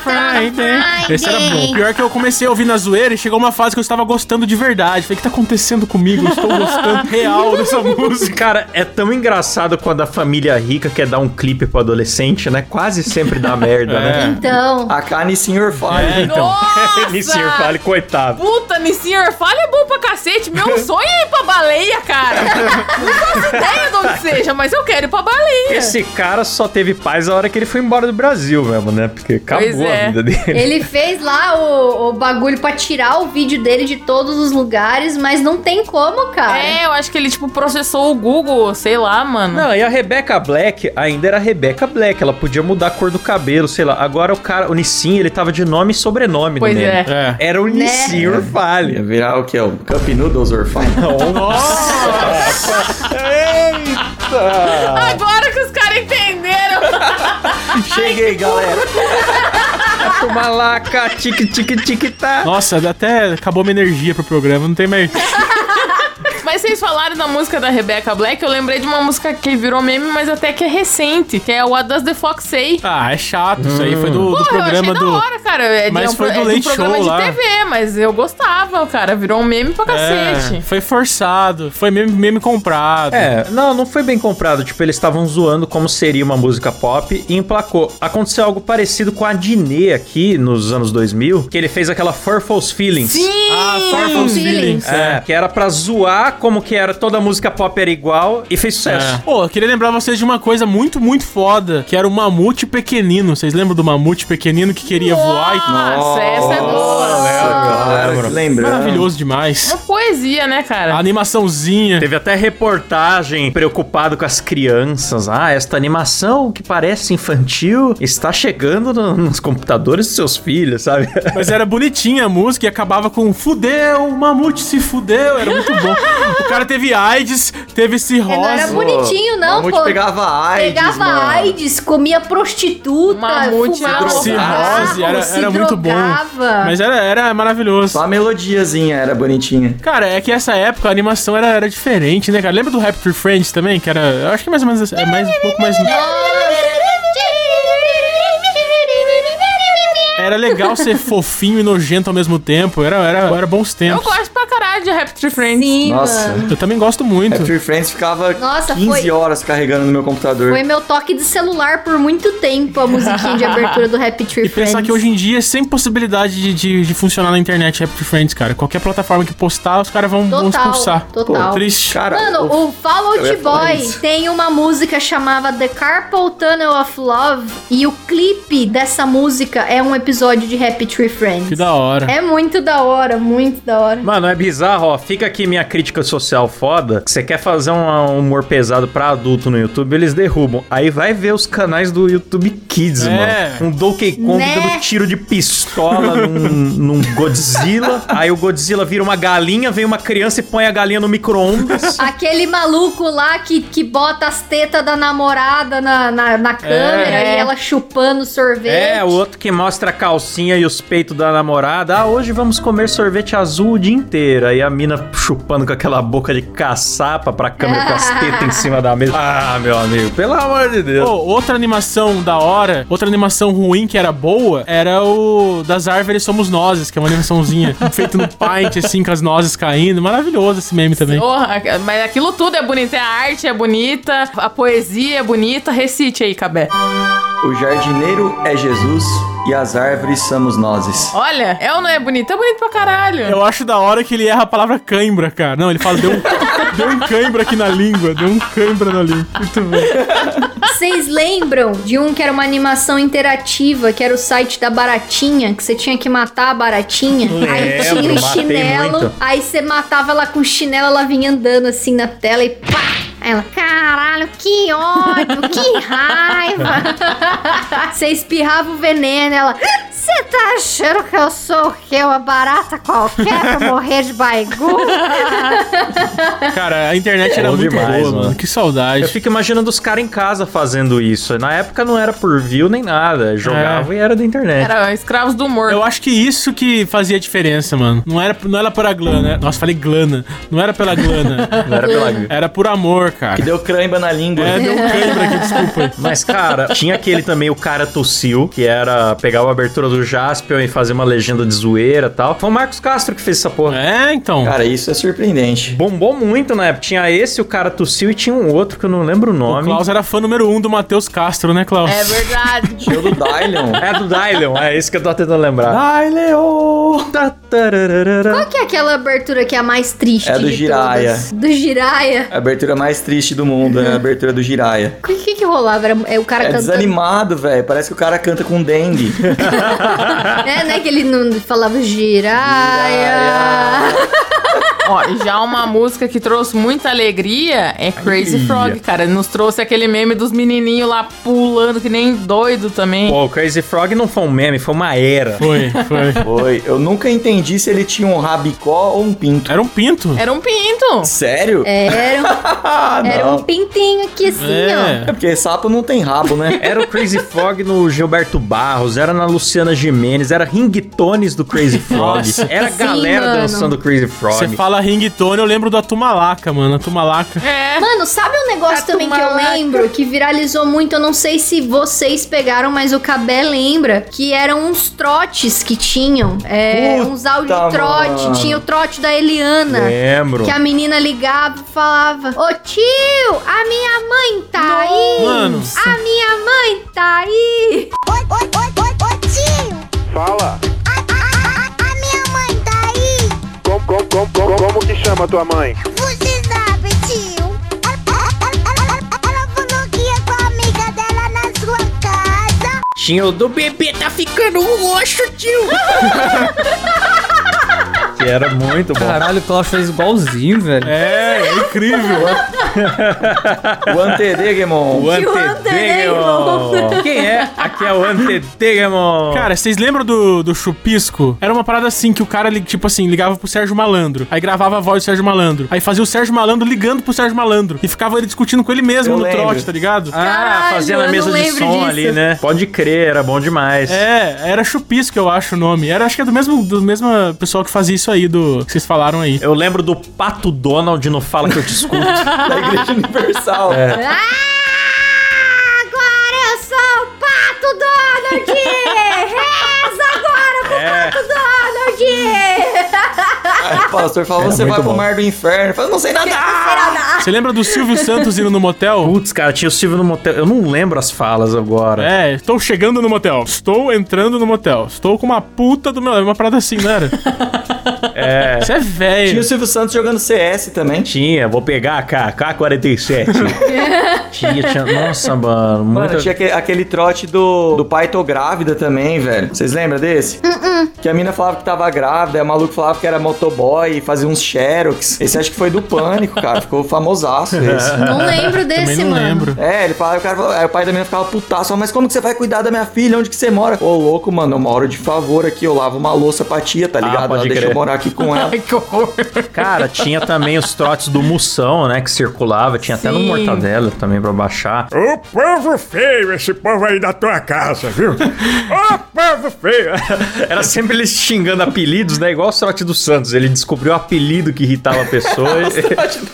D: Friday, Friday.
F: Esse era bom. Pior que eu comecei a ouvir na zoeira e chegou uma fase que eu estava gostando de verdade. Falei, o que tá acontecendo comigo? Eu estou gostando real dessa música.
A: Cara, é tão engraçado quando a família rica quer dar um clipe pro adolescente, né? Quase sempre dá merda, né?
D: Então,
F: Ah,
E: A Kanye
F: É.
E: Senhor Fire.
F: Então,
C: Nossa!
A: Nissinho fale, coitado.
C: Puta, Nissinho Fala é bom pra cacete. Meu sonho é ir pra baleia, cara. Não faço ideia de onde seja, mas eu quero ir pra baleia.
A: Esse cara só teve paz a hora que ele foi embora do Brasil mesmo, né? Porque acabou
C: Pois é.
A: a vida dele.
D: ele fez lá o, o bagulho pra tirar o vídeo dele de todos os lugares, mas não tem como, cara.
C: É, eu acho que ele, tipo, processou o Google, sei lá, mano.
A: Não, e a Rebecca Black ainda era Rebecca Black. Ela podia mudar a cor do cabelo, sei lá. Agora o cara, o Nissin, ele tava de nome e sobrenome
C: pois
A: no meme.
C: é.
F: É.
A: Era o
D: Né?
A: Nissin Orfale.
E: Ia virar o que? O Cup Noodles or Fire?
A: Eita!
F: Ah.
C: Agora que os caras entenderam.
E: Cheguei, galera.
A: Toma lá, cá, tique, tique, tique, tá.
F: Nossa, até acabou minha energia pro programa, não tem mais.
C: Mas vocês falaram da música da Rebecca Black, eu lembrei de uma música que virou meme, mas até que é recente, que é o What Does the Fox Say.
F: Ah, é chato isso aí. Foi Ah, do, do
C: Pô, eu achei
F: programa
C: da
F: do.
C: hora, cara. É de,
F: Mas
C: é um,
F: foi
C: pro- é de
F: do
C: um
F: Late
C: programa
F: Show
C: de
F: lá.
C: TV, mas eu gostava, cara. Virou um meme pra
F: É,
C: cacete.
F: foi forçado, foi meme, meme comprado.
A: É, não, não foi bem comprado. Tipo, eles estavam zoando como seria uma música pop e emplacou. Aconteceu algo parecido com a Diné aqui nos anos 2000, que ele fez aquela Four False Feelings.
C: Sim!
F: Ah, Farfel
D: Sim.
F: Feelings.
A: É, que era pra zoar como que era, toda música pop era igual e fez
F: É.
A: sucesso.
F: Pô, eu queria lembrar vocês de uma coisa muito, muito foda, que era o mamute pequenino. Vocês lembram do mamute pequenino que queria voar e tá
C: Nossa, essa é boa.
E: Nossa, cara, que lembrança.
F: Maravilhoso demais.
C: Uma coisa poesia, né, cara?
F: A animaçãozinha.
A: Teve até reportagem preocupado com as crianças. Ah, esta animação que parece infantil está chegando no- nos computadores dos seus filhos, sabe?
F: Mas era bonitinha a música e acabava com fudeu, o mamute se fudeu. Era muito bom. o cara teve AIDS, teve
D: não era
F: cirrose.
D: bonitinho, não,
E: Mamute
D: pô.
E: pegava AIDS,
D: Pegava
E: mano.
D: AIDS, comia prostituta,
C: Mamute se
D: fumava
C: drogava.
F: Cirrose, era,
D: se
F: era muito bom.
D: drogava.
F: Mas era, era maravilhoso.
E: Só a melodiazinha era bonitinha.
F: Cara, é que essa época a animação era, era diferente, né, cara? Lembra do Raptor Friends também? Que era. Eu acho que mais ou menos. É mais um pouco mais. Era legal ser fofinho e nojento ao mesmo tempo. Era, era, era bons
C: Eu
F: tempos.
C: gosto pra caralho de Raptor Friends.
D: Sim,
E: Nossa.
D: mano.
F: Eu também gosto muito.
E: Happy Friends ficava
D: Nossa,
E: 15
D: foi-
E: horas carregando no meu computador.
D: Foi meu toque de celular por muito tempo a musiquinha de abertura do Happy Tree
F: E pensar que hoje em dia é sem possibilidade de, de, de funcionar na internet Raptor Friends, cara. Qualquer plataforma que postar, os caras vão, vão
D: Total,
F: expulsar.
D: total.
F: Triste.
E: Cara,
D: Mano,
E: o-
D: o Fall
E: eu ia
D: Out
E: falar
D: Boy
E: isso.
D: tem uma música chamada The Carpal Tunnel of Love e o clipe dessa música é um episódio de Happy Tree Friends.
F: Que da hora.
D: É muito da hora, muito da hora.
A: Mano, é bizarro, ó. Fica aqui minha crítica social foda. Você quer fazer um humor pesado pra adulto no YouTube, eles derrubam. Aí vai ver os canais do YouTube Kids,
F: É.
A: mano. Um Donkey Kong
D: Né?
A: dando tiro de pistola num, num Godzilla. Aí o Godzilla vira uma galinha, vem uma criança e põe a galinha no micro-ondas.
D: Aquele maluco lá que, que bota as tetas da namorada na, na,
F: É.
D: na câmera e ela chupando sorvete.
A: É, o outro que mostra a calcinha e os peitos da namorada. Ah, hoje vamos comer sorvete azul o dia inteiro. Aí a mina chupando com aquela boca de caçapa pra câmera com as tetas em cima da mesa. Ah, meu amigo, pelo amor de Deus.
F: Pô, outra animação da hora, outra animação ruim que era boa, era o das árvores somos nozes, que é uma animaçãozinha feita no Paint, assim, com as nozes caindo. Maravilhoso esse meme também.
C: Porra, mas aquilo tudo é bonito. É a arte é bonita, a poesia é bonita. Recite aí, Cabé.
E: o jardineiro é Jesus e as árvores somos nós.
C: Olha, é ou não é bonito? É bonito pra caralho.
F: Eu acho da hora que ele erra a palavra cãibra, cara. Não, ele fala, deu um, deu um cãibra aqui na língua, deu um cãibra na língua. Muito bem.
D: Vocês lembram de um que era uma animação interativa, que era o site da Baratinha, que você tinha que matar a Baratinha? aí
A: Lembro,
D: tinha o
A: matei
D: chinelo,
A: muito.
D: aí você matava ela com o chinelo, ela vinha andando assim na tela e pá! Aí ela, caralho, que ódio, que raiva! Você espirrava o veneno, ela, você tá achando que eu sou o quê? Uma barata qualquer pra morrer de baigu?
F: Cara, a internet era
A: Bom
F: muito
A: demais,
F: boa, mano.
A: mano.
F: Que saudade.
A: Eu fico imaginando os caras em casa fazendo isso. Na época não era por view nem nada.
F: É.
A: Jogava e era da internet.
C: Era escravos do humor.
F: Eu acho que isso que fazia a diferença, mano. Não era, não era pela glana. Nossa, falei glana. Não era pela glana.
A: Não era pela view.
F: Era por amor,
E: Que
F: cara.
E: deu cramba na língua.
F: É, deu um cãibra aqui, desculpa.
A: Mas, cara, tinha aquele também, o cara tossiu, que era pegar a abertura do Jaspion e fazer uma legenda de zoeira e tal. Foi o Marcos Castro que fez essa porra.
F: É, então.
E: Cara, isso é surpreendente.
A: Bombou muito na época. Tinha esse, o cara tossiu, e tinha um outro que eu não lembro o
F: O
A: nome.
F: Klaus era fã número um do Matheus Castro, né, Klaus?
C: É verdade.
E: Eu do Dylion.
A: É do Dylion, é esse que eu tô tentando
F: Ah,
A: lembrar.
E: Dylion!
A: Tá, tarararara.
D: Qual que é aquela abertura que é a mais triste
E: É do
D: de
E: Jiraya.
D: todas? Do Jiraya?
E: A abertura mais triste do mundo, né? A abertura do Jiraya.
D: O que, que que rolava? Era, é o cara
E: É
D: cantando.
E: desanimado, velho. Parece que o cara canta com dengue.
D: É, né? Que ele não falava giraia.
C: Ó, e já uma música que trouxe muita alegria é Crazy Frog, cara. Nos trouxe aquele meme dos menininhos lá pulando que nem doido também.
A: Pô, o Crazy Frog não foi um meme, foi uma era.
F: Foi, foi.
E: Foi. Eu nunca entendi se ele tinha um rabicó ou um pinto.
F: Era um pinto.
C: Era um pinto.
E: Sério?
D: Era, um-
E: Ah,
D: era
E: não.
D: um pintinho aqui assim, ó.
E: É porque sapo não tem rabo, né?
A: Era o Crazy Frog no Gilberto Barros, era na Luciana Jimenez, era ringtones do Crazy Frog,
F: Nossa.
A: era a
D: Sim,
A: galera
D: mano.
A: dançando Crazy Frog.
F: Você fala ringtone, eu lembro da Tumalaca, mano. A Tumalaca.
C: É.
D: Mano, sabe um negócio
C: Gato
D: também que eu
C: malaca.
D: lembro, que viralizou muito, eu não sei se vocês pegaram, mas o Cabé lembra, que eram uns trotes que tinham, é,
E: Puta,
D: uns áudio trote,
E: mano.
D: tinha o trote da Eliana.
A: Lembro.
D: né? Que a menina ligava e falava: Ô tio, a minha mãe tá aí!
F: Mano.
D: A minha mãe tá aí!
H: Oi, oi, oi, oi, oi, tio!
I: Fala,
H: A, a, a, a minha mãe tá aí!
I: como, como, como, como, como que chama tua mãe?
H: Você sabe, tio? Ela, ela, ela, ela, ela falou que ia com a amiga dela na sua casa.
A: Tinha o do bebê tá ficando roxo, tio. que era muito bom.
B: Caralho, o Cláudio fez igualzinho, velho.
A: É, é incrível.
E: O Antedegemon.
A: O
D: Que o
A: Antedegemon. Quem é? Aqui é o Antedegemon.
F: Cara, vocês lembram do, do Chupisco? Era uma parada assim que o cara, li- tipo assim, ligava pro Sérgio Malandro. Aí gravava a voz do Sérgio Malandro. Aí fazia o Sérgio Malandro ligando pro Sérgio Malandro. E ficava ele discutindo com ele mesmo
E: Eu
F: no
E: lembro.
F: trote, tá ligado?
A: ah,
D: Caralho,
A: fazendo
D: eu
A: a
D: não
A: mesa de
D: lembro
A: som
D: disso.
A: ali, né? Pode crer, era bom demais.
F: É, era Chupisco, eu acho o nome. Era, acho que é do mesmo, do mesmo pessoal que fazia isso aí, do que vocês falaram aí.
A: Eu lembro do Pato Donald no Fala Que Eu Te Escuto.
E: da Igreja Universal.
A: É.
D: Ah, Agora eu sou o Pato Donald! Reza agora pro
A: É.
D: Pato Donald!
E: Aí o pastor fala,
A: Era
E: você vai
A: muito
E: pro
A: bom.
E: mar do inferno. Fala, não sei nadar.
F: Você lembra do Silvio Santos indo no motel?
A: Putz, cara, tinha o Silvio no motel. Eu não lembro as falas agora.
F: É, estou chegando no motel. Estou entrando no motel. Estou com uma puta do meu. É uma parada assim, não era?
A: É.
F: Isso é
E: Tinha
F: velho.
E: o Silvio Santos jogando CS também.
A: Tinha, vou pegar a K, K47. tinha, tinha. Nossa, mano,
E: Mano,
A: muita.
E: tinha aquele, aquele trote do, do pai tô grávida também, velho. Vocês lembram desse? Que a mina falava que tava grávida, aí o maluco falava que era motoboy e fazia uns xerox. Esse acho que foi do Pânico, cara. Ficou famosaço esse.
D: Não lembro desse,
F: Também não
D: mano.
F: lembro.
E: É, ele falava, o cara falava, aí o pai da mina ficava putaço, falava, mas como que você vai cuidar da minha filha? Onde que você mora? Ô, louco, mano, eu moro de favor aqui, eu lavo uma louça pra tia, tá ligado?
A: Ah, pode
E: ela deixa
A: crer.
E: eu morar aqui com ela.
C: Ai, que horror.
A: Cara, tinha também os trotes do Moção, né? Que circulava. Tinha até no
C: Sim.
A: Mortadela também pra baixar.
J: Ô povo feio, esse povo aí da tua casa, viu? Ô povo feio!
A: Era sempre eles xingando apelidos, né? Igual o trote do Santos. Ele descobriu o apelido que irritava a pessoa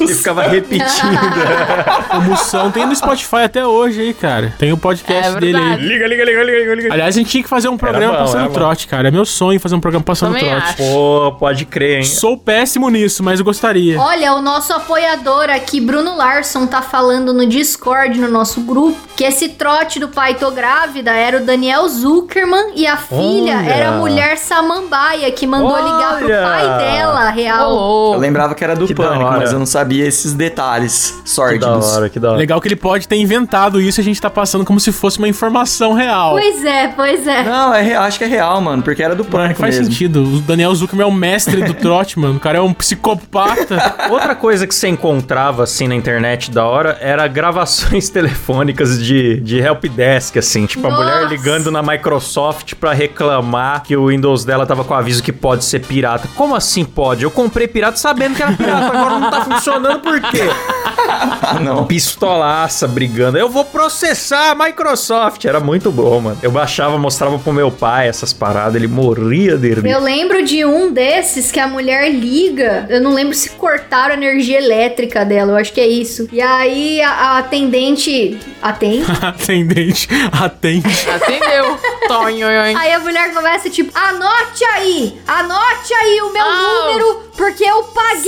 A: e, e ficava repetindo.
F: O Moção tem no Spotify até hoje aí, cara. Tem o podcast
C: É
F: dele aí.
C: verdade.
J: Liga, liga, liga, liga, liga.
F: Aliás, a gente tinha que fazer um programa
A: bom,
F: passando
A: era bom.
F: trote, cara. É meu sonho fazer um programa passando
C: Também
F: trote.
C: acho.
A: Pô, pode crer, hein?
F: Sou péssimo nisso, mas eu gostaria.
D: Olha, o nosso apoiador aqui, Bruno Larson, tá falando no Discord, no nosso grupo, que esse trote do pai tô grávida era o Daniel Zuckerman e a filha
A: Olha.
D: era a mulher samambaia que mandou ligar pro
A: Olha.
D: pai dela, real.
E: Eu
C: Ô, louco.
E: lembrava que era do
A: Que da
E: Pânico,
A: hora.
E: mas eu não sabia esses detalhes
A: Que da
E: sórdidos.
A: hora, que da hora.
F: Legal que ele pode ter inventado isso e a gente tá passando como se fosse uma informação real.
D: Pois é, pois é.
E: Não, é, real, acho que é real, mano, porque era do Pânico
F: Faz
E: mesmo.
F: sentido. O Daniel Zuckerman é o mestre do trote, mano. O cara é um psicopata.
A: Outra coisa que você encontrava, assim, na internet da hora era gravações telefônicas de, de helpdesk, assim. Tipo, a
D: Nossa!
A: mulher ligando na Microsoft pra reclamar que o Windows dela tava com aviso que pode ser pirata. Como assim pode? Eu comprei pirata sabendo que era pirata, agora não tá funcionando por quê?
E: Ah, não.
A: Pistolaça brigando. Eu vou processar a Microsoft. Era muito bom, mano. Eu baixava, mostrava pro meu pai essas paradas, ele morria de rir.
D: Eu lembro de um desses que a mulher liga. Eu não lembro se cortaram a energia elétrica dela, eu acho que é isso. E aí a, a atendente. Atende?
F: Atendente. Atende.
C: Atendeu. Tonho,
D: Aí a mulher começa tipo: anote aí! Anote aí o meu
C: Ah.
D: número, porque eu paguei!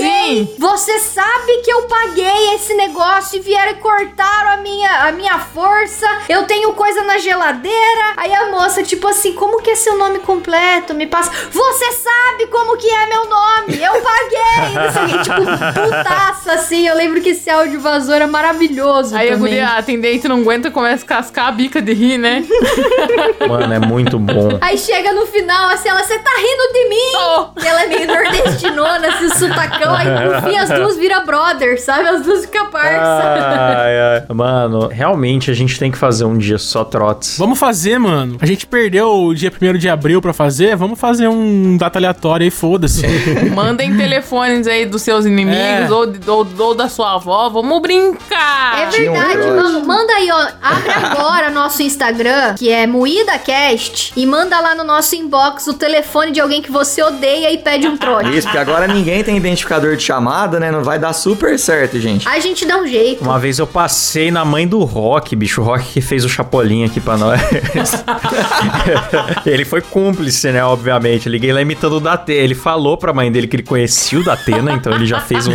C: Sim.
D: Você sabe que eu paguei esse negócio e vieram e cortaram a minha, a minha força. Eu tenho coisa na geladeira. Aí a moça, tipo assim: como que é seu nome completo? Me passa. Você sabe como que é meu nome? Eu paguei! Não sei o quê. tipo, putaça assim. Eu lembro que esse áudio vazou era maravilhoso.
C: Aí a
D: também.
C: guria, a atendente não aguenta, começa a cascar a bica de rir, né?
A: Mano, é muito bom.
D: Aí chega no final, assim, ela, você tá rindo de mim? E Ela é meio nordestinona, assim, sotacão. Aí no fim as duas viram brother, sabe? As duas ficam
E: Ah,
D: parça.
A: Ai, ai. Mano, realmente a gente tem que fazer um dia só trotes.
F: Vamos fazer, mano. A gente perdeu o dia 1 de abril pra fazer. Vamos fazer um data aleatória aí, foda-se.
C: Mandem telefones aí dos seus inimigos
F: É.
C: ou, de- ou- ou da sua avó. Vamos brincar.
D: É
E: tinha um
D: verdade,
E: episódio.
D: mano. Manda aí, ó. Abre agora nosso Instagram, que é MoídaCast, e manda lá no nosso inbox o telefone de alguém que você odeia e pede um trote.
E: Isso, porque agora ninguém tem identificador de chamada, né? Não vai dar super certo, gente.
D: A gente dá um jeito.
A: Uma vez eu passei na mãe do Rock, bicho. O Rock que fez o Chapolin aqui pra nós. ele foi cúmplice, né? Obviamente. Eu Liguei lá imitando o Datena. Ele falou pra mãe dele que ele conhecia o Datena, então ele já fez um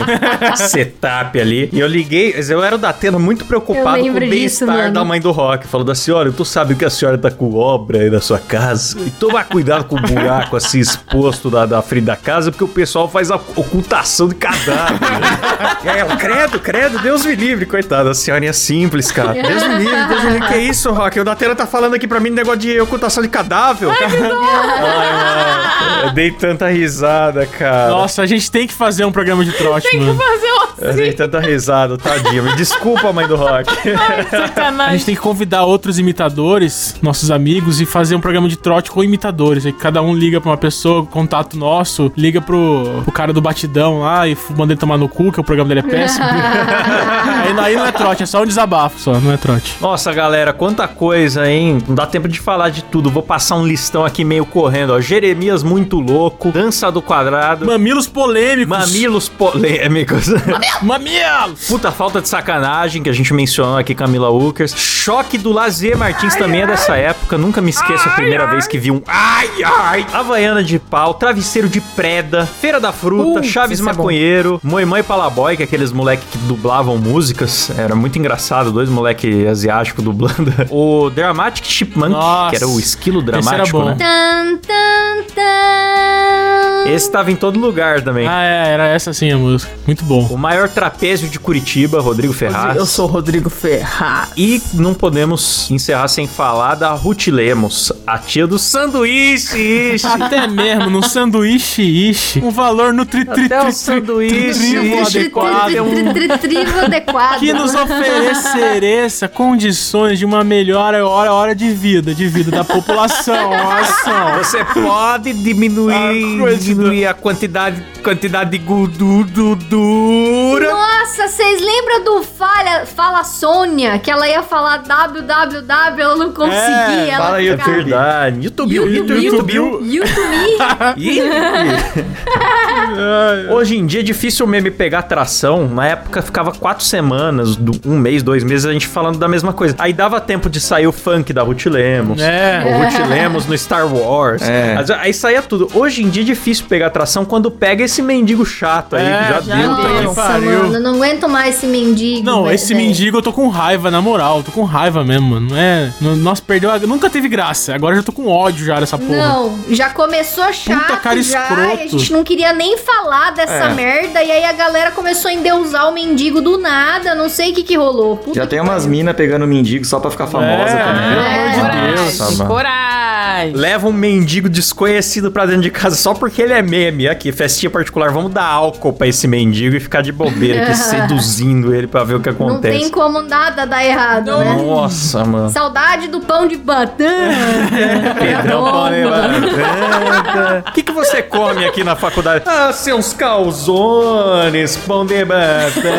A: setup ali. E eu liguei, mas eu era o Datena muito preocupado
D: Eu
A: com o
D: lembro disso,
A: bem-estar
D: mano.
A: da mãe do Rock. Falando da senhora, tu sabe que a senhora tá com obra aí na sua casa. E tomar cuidado com o buraco assim exposto da, da frente da casa, porque o pessoal faz faz a ocultação de cadáver. E aí ela, É, credo, credo, Deus me livre, coitada. A senhorinha simples, cara. Deus me livre, Deus me livre. Que isso, Rock? O Datena tá falando aqui pra mim de negócio de ocultação de cadáver. Ai, mano, eu dei tanta risada, cara.
F: Nossa, a gente tem que fazer um programa de trote,
C: Tem que
F: mano.
C: fazer uma
A: Eu dei tanta risada, tadinha. Me desculpa, mãe do Rock.
F: A gente
C: sacanagem.
F: tem que convidar outros imitadores, nossos amigos, e fazer um programa de trote com imitadores. Aí cada um liga pra uma pessoa, contato nosso, liga pro, pro cara do batidão lá e f- manda ele tomar no cu, que o programa dele é péssimo. aí, aí não é trote, é só um desabafo só, não é trote.
A: Nossa, galera, quanta coisa, hein? Não dá tempo de falar de tudo. Vou passar um listão aqui meio correndo, ó. Jeremias muito louco, Dança do Quadrado,
F: Mamilos polêmicos.
A: Mamilos Polêmicos.
F: Mamilos!
A: Puta falta de sacanagem que a gente mencionou aqui, Camila Ukers. Choque do Lazier Martins também é dessa época. Nunca me esqueço a primeira vez que vi um ai, ai. Havaiana de pau, travesseiro de preda, Feira da Fruta,
C: Putz,
A: Chaves
C: isso é bom.
A: Maconheiro, Moimã e Palaboy, que é aqueles moleque que dublavam músicas. Era muito engraçado, dois moleque asiático dublando. O Dramatic Chipmunk, que
F: Nossa,
A: era o esquilo
F: era
A: dramático,
F: bom.
A: né?
D: Tan, tan, tan.
A: Esse tava em todo lugar também.
F: Ah, é, era essa sim a música. Muito bom.
A: O maior trapézio de Curitiba, Rodrigo Ferraz.
C: Eu sou o Rodrigo Ferraz.
A: E não podemos encerrar sem falar da Ruth Lemos, a tia do sanduíche. ishi.
F: Até mesmo num sanduíche ishi, um valor no tri tri
A: Até
F: tri-
A: um
F: tri-
A: sanduíche
F: trivo
A: ishi.
F: adequado.
A: é um-
D: Trivo adequado.
F: que nos oferecereça condições de uma melhor hora, hora de vida, de vida da população, a ação.
A: Você pode diminuir,
F: A Ah, coisa
A: diminuir a quantidade, quantidade de gordura.
D: Nossa, vocês lembram do Falha, Fala Sônia? Que ela ia falar www, ela não conseguia.
F: É,
D: ela
E: fala aí,
A: É
D: ficava-
A: verdade. YouTube, YouTube, YouTube.
D: YouTube,
C: né?
D: YouTube.
A: Ih. Hoje em dia é difícil o meme pegar tração. Na época ficava quatro semanas, do- um mês, dois meses, a gente falando da mesma coisa. Aí dava tempo de sair o funk da Ruth Lemos.
F: É.
A: O Ruth Lemos no Star Wars.
E: É.
A: Mas Aí saía tudo. Hoje em dia é difícil pegar tração quando pega esse mendigo chato aí.
F: É,
A: que já,
F: já
A: deu.
F: deu.
A: também.
F: que
D: Nossa,
F: pariu.
D: mano, eu não aguento mais esse mendigo.
F: Não,
D: velho.
F: esse mendigo eu tô com raiva, na moral. eu Tô com raiva mesmo, mano. Não É, no- nossa, perdeu a... Nunca teve graça. Agora eu já tô com ódio já dessa porra.
D: Não, já começou chato
F: Puta cara
D: já,
F: escroto. É.
D: e a gente não queria nem falar dessa merda, e aí a galera começou a endeusar o mendigo do nada, não sei o que que rolou. Puta
E: Já
D: que
E: tem umas
D: pariu.
E: minas pegando mendigo só pra ficar famosa
F: É.
E: também.
F: Pelo amor de
C: coragem,
F: Deus,
A: Savana.
C: coragem.
A: Leva um mendigo desconhecido pra dentro de casa só porque ele é meme. Aqui, festinha particular, vamos dar álcool pra esse mendigo e ficar de bobeira aqui, seduzindo ele pra ver o que
D: Não
A: acontece.
D: tem como nada dar errado, né?
A: Nossa, mano.
D: Saudade do pão de batata.
A: Pedrão O que, que você come aqui na faculdade? Ah, seus calzones, pão de batata.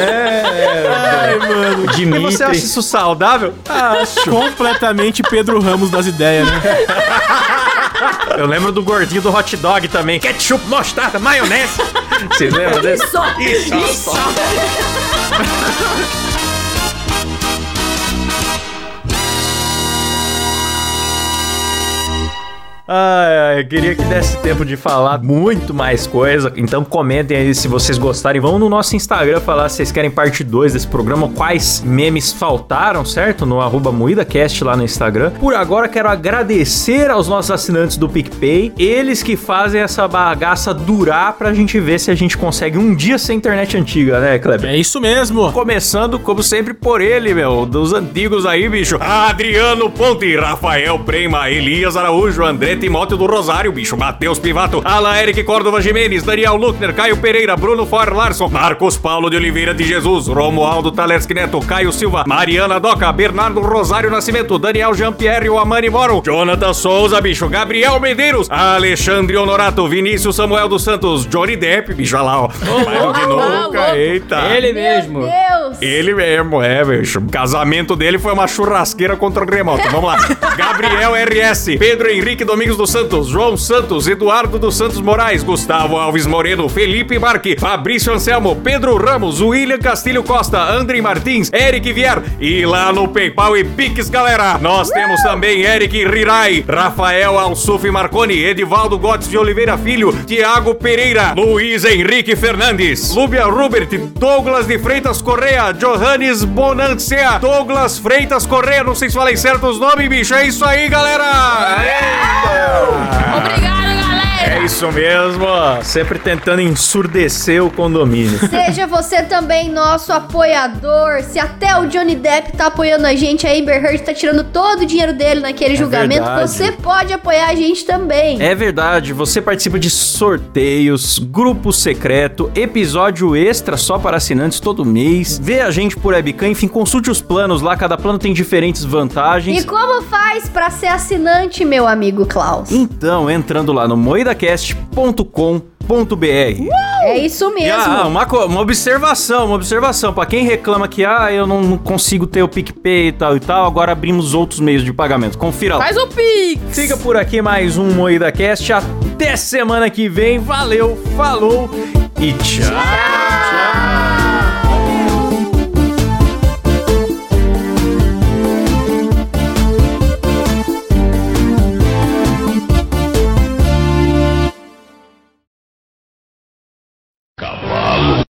E: O
A: E
E: Dimitri.
A: você acha isso saudável? Acho.
F: Completamente Pedro Ramos das ideias, né?
A: Eu lembro do gordinho do hot dog também. Ketchup, mostarda, maionese. Você lembra desse?
D: Só.
A: Ai, ai, eu queria que desse tempo de falar muito mais coisa. Então comentem aí se vocês gostarem. Vão no nosso Instagram falar se vocês querem parte 2 desse programa, quais memes faltaram, certo? No arroba MoídaCast lá no Instagram. Por agora, quero agradecer aos nossos assinantes do PicPay. Eles que fazem essa bagaça durar pra gente ver se a gente consegue um dia sem internet antiga, né, Kleber?
F: É isso mesmo.
A: Começando, como sempre, por ele, meu, dos antigos aí, bicho.
J: Adriano Ponte, Rafael Prema, Elias Araújo, André Timóteo do Rosário, bicho, Matheus Pivato, Ala Eric Córdova Jimenez, Daniel Luckner, Caio Pereira, Bruno For Larson, Marcos Paulo de Oliveira de Jesus, Romualdo Talerski Neto, Caio Silva, Mariana Doca, Bernardo Rosário Nascimento, Daniel Jean-Pierre, o Amani Moro, Jonathan Souza, bicho, Gabriel Medeiros, Alexandre Honorato, Vinícius Samuel dos Santos, Johnny Depp, bicho, olha lá, ó. Mais do que nunca, eita.
B: Ele mesmo.
D: Deus.
J: Ele mesmo, é, bicho. O casamento dele foi uma churrasqueira contra o Grêmio. Então, vamos lá. Gabriel RS, Pedro Henrique Domingos dos Santos, João Santos, Eduardo dos Santos Moraes, Gustavo Alves Moreno, Felipe Marque, Fabrício Anselmo, Pedro Ramos, William Castilho Costa, André Martins, Eric Vier. E lá no PayPal e Pix, galera, nós temos também Eric Rirai, Rafael Alsuf Marconi, Edivaldo Gottes de Oliveira Filho, Tiago Pereira, Luiz Henrique Fernandes, Lúbia Rubert, Douglas de Freitas Correia, Johannes Bonancia, Douglas Freitas Correia, não sei se falei certo
A: Ah,
J: os nomes, bicho. É isso aí, galera! Eita!
C: Obrigado, galera.
J: É isso
A: isso mesmo. Sempre tentando ensurdecer o condomínio.
D: Seja você também nosso apoiador. Se até o Johnny Depp tá apoiando a gente, a Amber Heard tá tirando todo o dinheiro dele naquele julgamento,
A: É verdade.
D: você pode apoiar a gente também.
A: É verdade, você participa de sorteios, grupo secreto, episódio extra só para assinantes todo mês. Vê a gente por webcam, enfim, consulte os planos lá, cada plano tem diferentes vantagens.
D: E como faz pra ser assinante, meu amigo Klaus?
A: Então, entrando lá no moedacast.com.br.
D: É isso
A: E,
D: mesmo.
A: ah, uma, co- uma observação, uma observação. Pra quem reclama que, ah, eu não, não consigo ter o PicPay e tal e tal, agora abrimos outros meios de pagamento. Confira lá.
C: Faz o Pix!
A: Fica por aqui mais um Moída Cast. Até semana que vem. Valeu, falou e tchau.